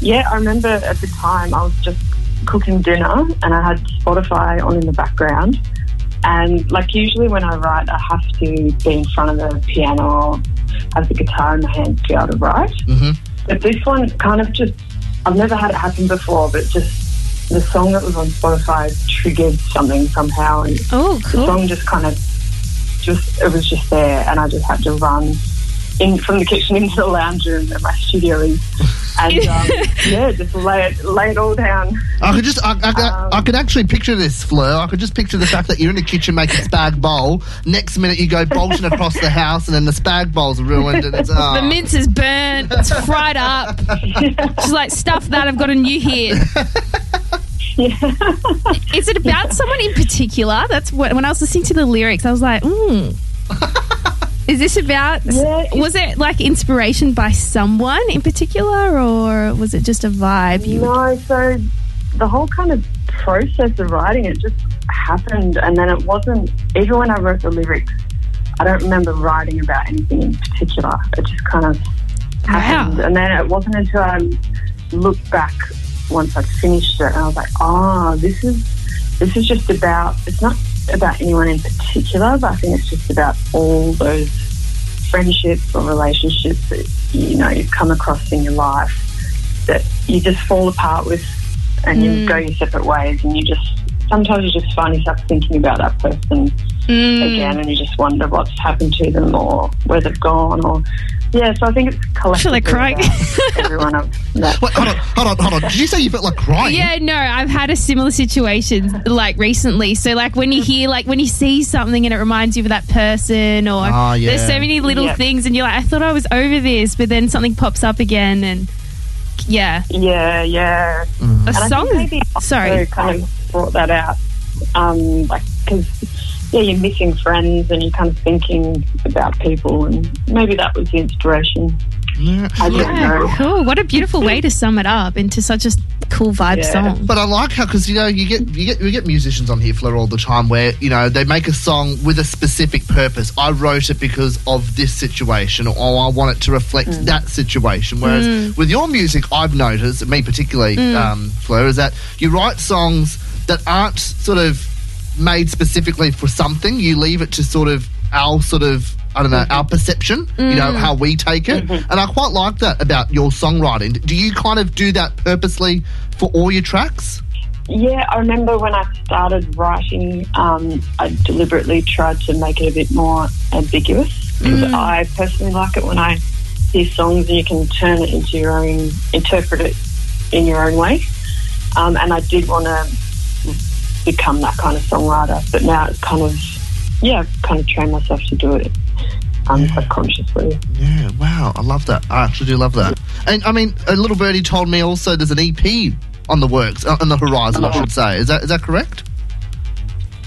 yeah, I remember at the time I was just cooking dinner and I had Spotify on in the background. And like usually when I write, I have to be in front of the piano, or have the guitar in my hand to be able to write. But this one kind of just, I've never had it happen before, but just the song that was on Spotify triggered something somehow. And
oh,
The song just kind of, just, it was just there. And I just had to run in from the kitchen into the lounge room at my studio is. And um, yeah, just lay it, lay it all down.
I could just, I, I,
Um,
I, I could actually picture this, Fleur. I could just picture the fact that you're in the kitchen making spag bowl. Next minute, you go bolting across the house, and then the spag bowl's ruined, and it's
The
oh.
mince is burnt. It's fried up. She's like, stuff that. I've got a new hit. Is it about someone in particular? That's what. When I was listening to the lyrics, I was like, mm. Is this about? was it like inspiration by someone in particular, or was it just a vibe? You
No, so the whole kind of process of writing it just happened, and then it wasn't. Even when I wrote the lyrics, I don't remember writing about anything in particular. It just kind of happened, and then it wasn't until I looked back
once I'd finished it, and I was like, ah, this is this is just about. It's not about anyone in particular, but I think it's just about all those friendships or relationships that you know you've come across in your life that you just fall apart with, and you
Mm.
go your separate ways, and you just sometimes you just find yourself thinking about that person
Mm.
again, and you just wonder what's happened to them or where they've gone or. Yeah, so I think it's collectively
crying?
about everyone I've met.
hold on, hold on, hold on. Did you say you felt like crying?
Yeah, no, I've had a similar situation like recently. So like when you hear like when you see something and it reminds you of that person or
Ah, yeah.
there's so many little
Yeah.
things and you're like, I thought I was over this, but then something pops up again and yeah.
Yeah, yeah.
A
And I think
song is-
maybe also
sorry.
kind of brought that out. Um, like, because, yeah, you're missing friends and you're kind of thinking about people, and maybe that was the inspiration. I don't know.
cool. What a beautiful way to sum it up into such a cool vibe song.
But I like how because you know you get you get we get musicians on here Fleur, all the time where you know they make a song with a specific purpose. I wrote it because of this situation, or I want it to reflect that situation. Whereas
Mm.
with your music, I've noticed, me particularly,
Mm.
um, Fleur, is that you write songs that aren't sort of made specifically for something. You leave it to sort of our sort of I don't know our perception. You know
Mm.
how we take it. And I quite like that about your songwriting. Do you kind of do that purposely for all your tracks?
Yeah, I remember when I started writing, um, I deliberately tried to make it a bit more ambiguous because
Mm.
I personally like it when I hear songs and you can turn it into your own, interpret it in your own way. Um, and I did want to become that kind of songwriter, but now it's kind of, yeah, I've kind of trained myself to do it um, subconsciously.
Yeah, wow, I love that. I actually do love that. And I mean, a little birdie told me also there's an EP on the works, uh, on the horizon, I should say. Is that is that correct?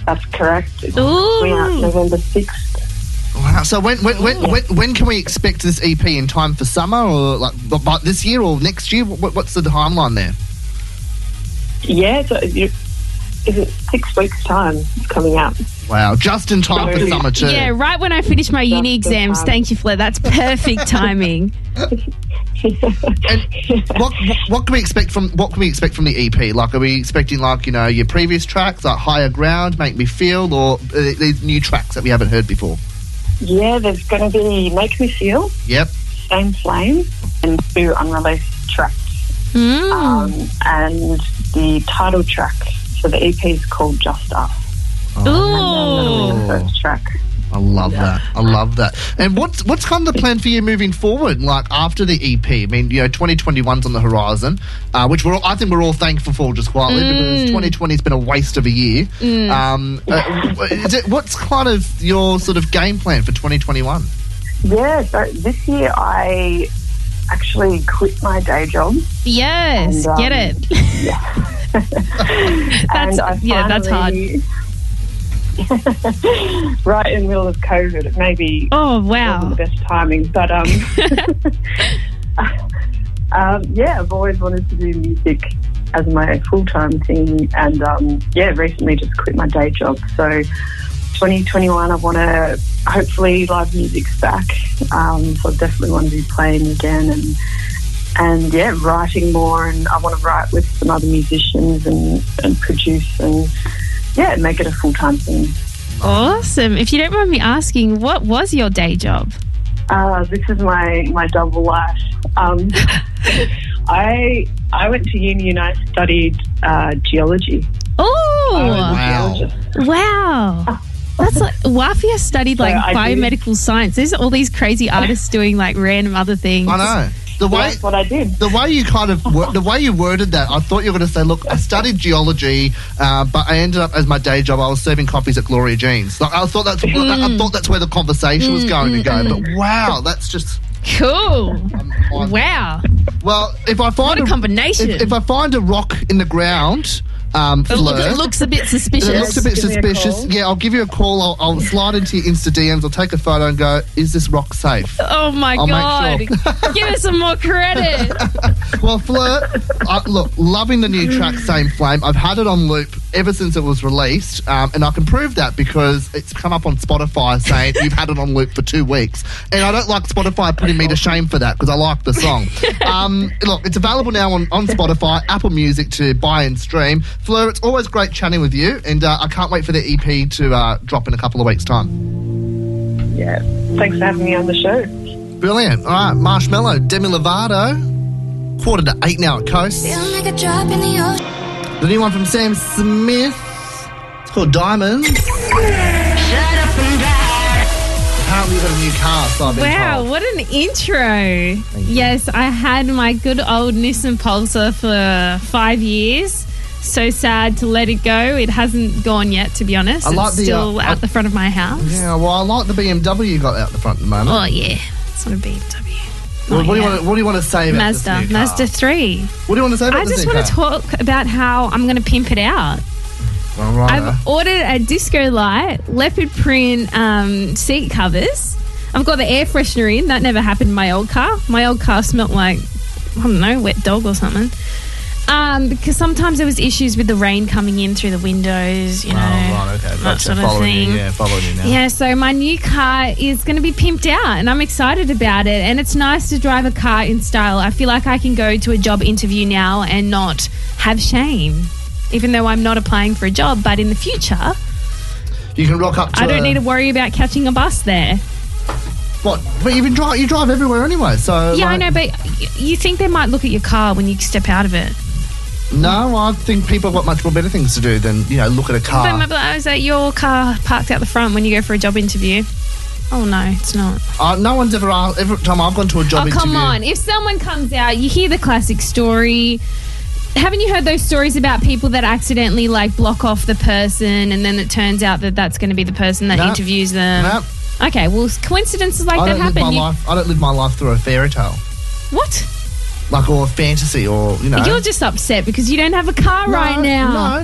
That's correct. It's coming out November 6th.
Wow. So when when, when, when when can we expect this EP in time for summer or like b- by this year or next year? What, what's the timeline there?
Yeah, so you, is it six weeks' time it's coming out?
Wow, just in time for summer too.
Yeah, right when I finish my uni exams. Thank you, Flair. That's perfect timing.
what, what what can we expect from what can we expect from the EP? Like, are we expecting like you know your previous tracks like Higher Ground, Make Me Feel, or uh, these new tracks that we haven't heard before?
Yeah, there's going to be Make Me Feel,
Yep.
Same Flame, and two unreleased tracks. Um, and the title track for the EP is called Just Us.
Oh.
First track.
I love that. I love that. And what's what's kind of the plan for you moving forward? Like after the EP, I mean, you know, 2021's on the horizon, uh, which we're all, I think we're all thankful for just quietly
Mm.
because 2020's been a waste of a year.
Mm.
Um, uh, is it, what's kind of your sort of game plan for 2021?
Yeah, so this year I actually quit my day job.
Yes,
And, um,
get it.
That's,
yeah, that's hard.
right in the middle of COVID, it maybe
oh wow
wasn't the best timing, but um, um, yeah, I've always wanted to do music as my full time thing, and um, yeah, recently just quit my day job. So 2021, I want to hopefully live music's back, um, so I definitely want to be playing again and. And yeah, writing more, and I want to write with some other musicians and, and produce, and yeah, make it a full time thing.
Awesome. If you don't mind me asking, what was your day job?
Uh, this is my, my double life. Um, I I went to uni and I studied uh, geology.
Oh,
wow.
wow. That's like Wafia studied like
So I do-
biomedical science. There's all these crazy artists doing like random other things.
I know. The way
what I did.
The way you kind of wor- the way you worded that, I thought you were going to say, "Look, I studied geology, uh, but I ended up as my day job. I was serving coffees at Gloria Jeans." Like I thought that's I thought that's where the conversation was
Mm,
going to
mm,
go.
mm.
But wow, that's just
cool. Wow.
Well, if I find
What a combination.
if, if I find a rock in the ground. um,
It looks-
flirt.
it looks a bit suspicious.
It looks a bit
Give me a
suspicious.
call.
yeah, I'll give you a call. I'll, I'll slide into your Insta DMs. I'll take a photo and go, is this rock safe?
Oh my
I'll
god!
make
Give us some more credit.
Well, Flirt, I, look, loving the new track, Same Flame. I've had it on loop ever since it was released, um, and I can prove that because it's come up on Spotify saying you've had it on loop for two weeks. And I don't like Spotify putting me to shame for that because I like the song. Um, look, it's available now on, on Spotify, Apple Music to buy and stream. Fleur, it's always great chatting with you, and uh, I can't wait for the EP to uh, drop in a couple of weeks' time.
Yeah. Thanks for having me on the show.
Brilliant. All right, Marshmallow, Demi Lovato, quarter to eight now at Coast.
like a drop in the ocean.
The new one from Sam Smith. It's called Diamonds. Apparently, you've got a new car, so I've been
Wow,
told.
what an intro. Yes, I had my good old Nissan Pulsar for five years. So sad to let it go. It hasn't gone yet, to be honest.
I like
it's
the, uh,
still
I-
out the front of my house.
Yeah, well, I like the BMW you got out the front at the moment.
Oh, yeah. It's not a BMW.
Well, what, do you
yeah.
want to, what do you want to say about this
Mazda.
new car?
Mazda 3.
What do you want to say about
I
this
just
new
want to
car?
talk about how I'm going to pimp it out.
All right. uh,
I've ordered a disco light, leopard print um, seat covers. I've got the air freshener in. That never happened in my old car. My old car smelt like, I don't know, wet dog or something. Um, because sometimes there was issues with the rain coming in through the windows, you know,
Oh, right, okay.
that
gotcha.
sort of
following
thing.
You, yeah, following you now.
Yeah, so my new car is going to be pimped out and I'm excited about it. And it's nice to drive a car in style. I feel like I can go to a job interview now and not have shame, even though I'm not applying for a job. But in the future,
You can rock up to
I don't
a-
need to worry about catching a bus there.
What? But you, can drive, you drive everywhere anyway, so.
yeah,
like,
I know, but y- you think they might look at your car when you step out of it.
No, I think people have got much more better things to do than, you know, look at a car.
But maybe I was at "Oh, your car parked out the front when you go for a job interview. Oh, no, it's not.
Uh, no one's ever asked. Every time I've gone to a job
oh, come
interview,
on. If someone comes out, you hear the classic story. Haven't you heard those stories about people that accidentally like block off the person and then it turns out that that's going to be the person that
No.
interviews them?
No.
Okay, well, coincidences like
I
that
don't live my
happen. You-
life. I don't live my life through a fairy tale,
what?
like or a fantasy, or you know.
You're just upset because you don't have a car
No,
right now.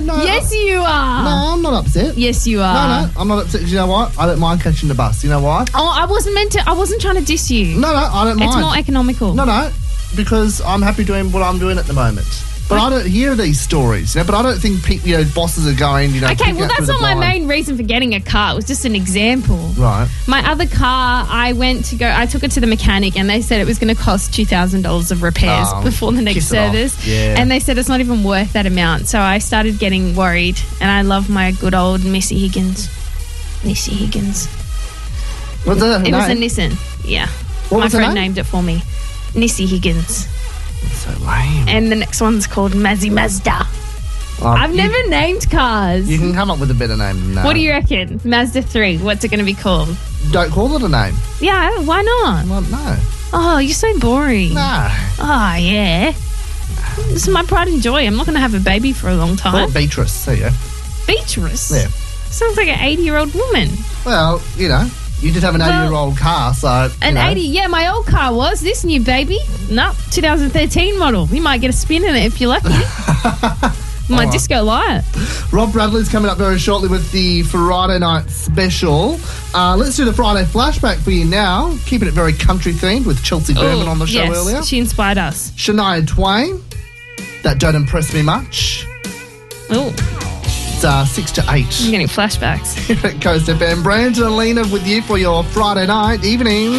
no, no.
Yes, you are.
No, I'm not upset.
Yes, you are.
No, no, I'm not upset. 'cause You know what? I don't mind catching the bus. You know why?
Oh, I wasn't meant to. I wasn't trying to diss you.
No, no, I don't
It's
mind.
more economical.
No, no, because I'm happy doing what I'm doing at the moment. But I don't hear these stories. You know, but I don't think pe- you know bosses are going. You know.
Okay,
picking
well,
up
that's
through
not
the
my
blind.
main reason for getting a car. It was just an example.
Right.
My other car, I went to go, I took it to the mechanic and they said it was going to cost $2,000 of repairs
Oh,
before the next
kiss it off.
service.
Yeah.
And they said it's not even worth that amount. So I started getting worried and I love my good old Missy Higgins. Missy Higgins.
What's that?
It was a
name?
Nissan. Yeah.
What
my
was her
friend
name?
named it for me. Nissi Higgins.
So lame.
And the next one's called Mazzy Mazda.
Oh,
I've
you-
never named cars.
You can come up with a better name than that.
What do you reckon? Mazda 3. What's it going to be called?
Don't call it a name.
Yeah, why not?
Well, no.
Oh, you're so boring.
Nah.
Oh, yeah. This is my pride and joy. I'm not going to have a baby for a long
Call
time.
it Beatrice. There you go.
Beatrice.
Yeah.
Sounds like an 80 year old woman.
Well, you know, you did have an
Well,
eighty-year-old car, so you
An
know.
80, yeah, my old car was. This new baby, no, 2013 model. You might get a spin in it if you're lucky. my
Alright.
disco light.
Rob Bradley's coming up very shortly with the Friday night special. Uh, let's do the Friday flashback for you now. Keeping it very country themed with Chelsea Berman
Ooh,
on the show
yes,
earlier.
She inspired us.
Shania Twain. That don't impress me much.
Oh,
It's uh, six to eight. I'm
getting flashbacks.
Here at Coast FM. Brandon and Lena with you for your Friday night evening.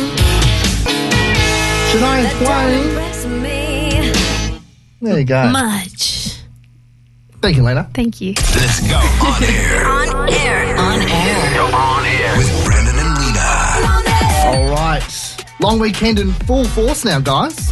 Shania Twain. There you go.
Much.
Thank you, Lena.
Thank you.
Let's go. On air.
On air. On air.
Go on air. With Brandon and Lena.
All right. Long weekend in full force now, guys.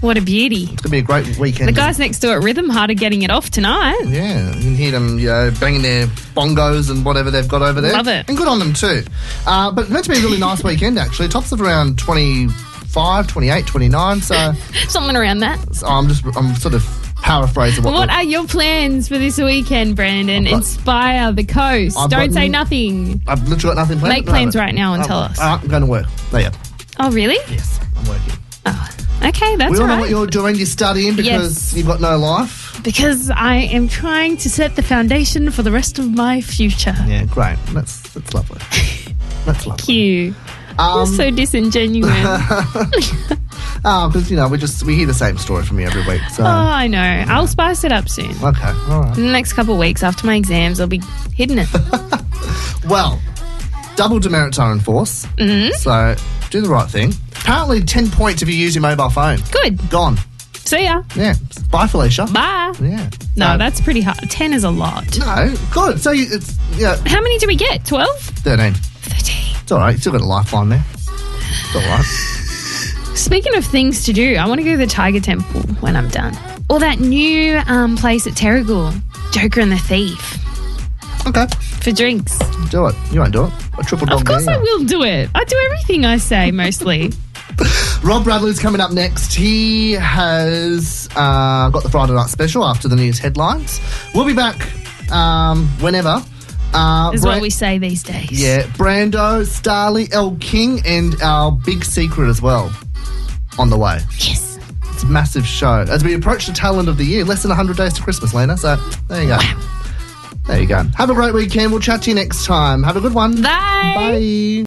What a beauty.
It's going to be a great weekend.
The guys next door at Rhythm Hard are getting it off tonight.
Yeah, you can hear them, you know, banging their bongos and whatever they've got over there.
Love it.
And good on them too. Uh, but it's meant to be a really nice weekend, actually. Tops of around 25, 28, 29. So
Something around that.
so I'm just, I'm sort of paraphrasing what,
What
the-
are your plans for this weekend, Brandon?
I've got-
Inspire the coast.
I've
Don't
got
say
n-
nothing.
I've literally got nothing planned.
Make
at the moment.
plans right now and
I'm-
tell us.
I'm going to work. There you go.
Oh, really?
Yes, I'm working.
Okay, that's
we all
all
know what
right.
you're doing. You're studying because you've got no life.
because I am trying to set the foundation for the rest of my future.
Yeah, great. That's that's lovely. That's lovely.
Thank you.
Um,
You're so disingenuous.
because Oh, you know we just we hear the same story from you every week. So
oh, I know. I'll spice it up soon.
okay, all right.
In the next couple of weeks after my exams, I'll be hidden it.
Well, double demerits are in force.
Mhm.
So do the right thing. Apparently, ten points if you use your mobile phone.
Good.
Gone.
See ya.
Yeah. Bye, Felicia.
Bye.
Yeah.
No,
Um,
that's pretty hard. Ten is a lot.
No, good. So you, it's yeah,
How many do we get? Twelve?
thirteen. Thirteen. It's all right. You still got a lifeline there. It's all right.
Speaking of things to do, I want to go to the Tiger Temple when I'm done. Or that new um, place at Terrigal, Joker and the Thief.
Okay.
For drinks.
Do it. You won't do it. A triple dog.
Of course
dare you.
I will do it. I do everything I say mostly.
Rob Bradley's coming up next. He has uh, got the Friday night special after the news headlines. We'll be back um, whenever. Uh,
is
Bra-
what we say these days.
Yeah, Brando, Starley, El King, and our big secret as well on the way.
Yes.
It's a massive show. As we approach the tail end of the year, less than 100 days to Christmas, Lena. So there you go. There you go. Have a great weekend. We'll chat to you next time. Have a good one.
Bye.
Bye.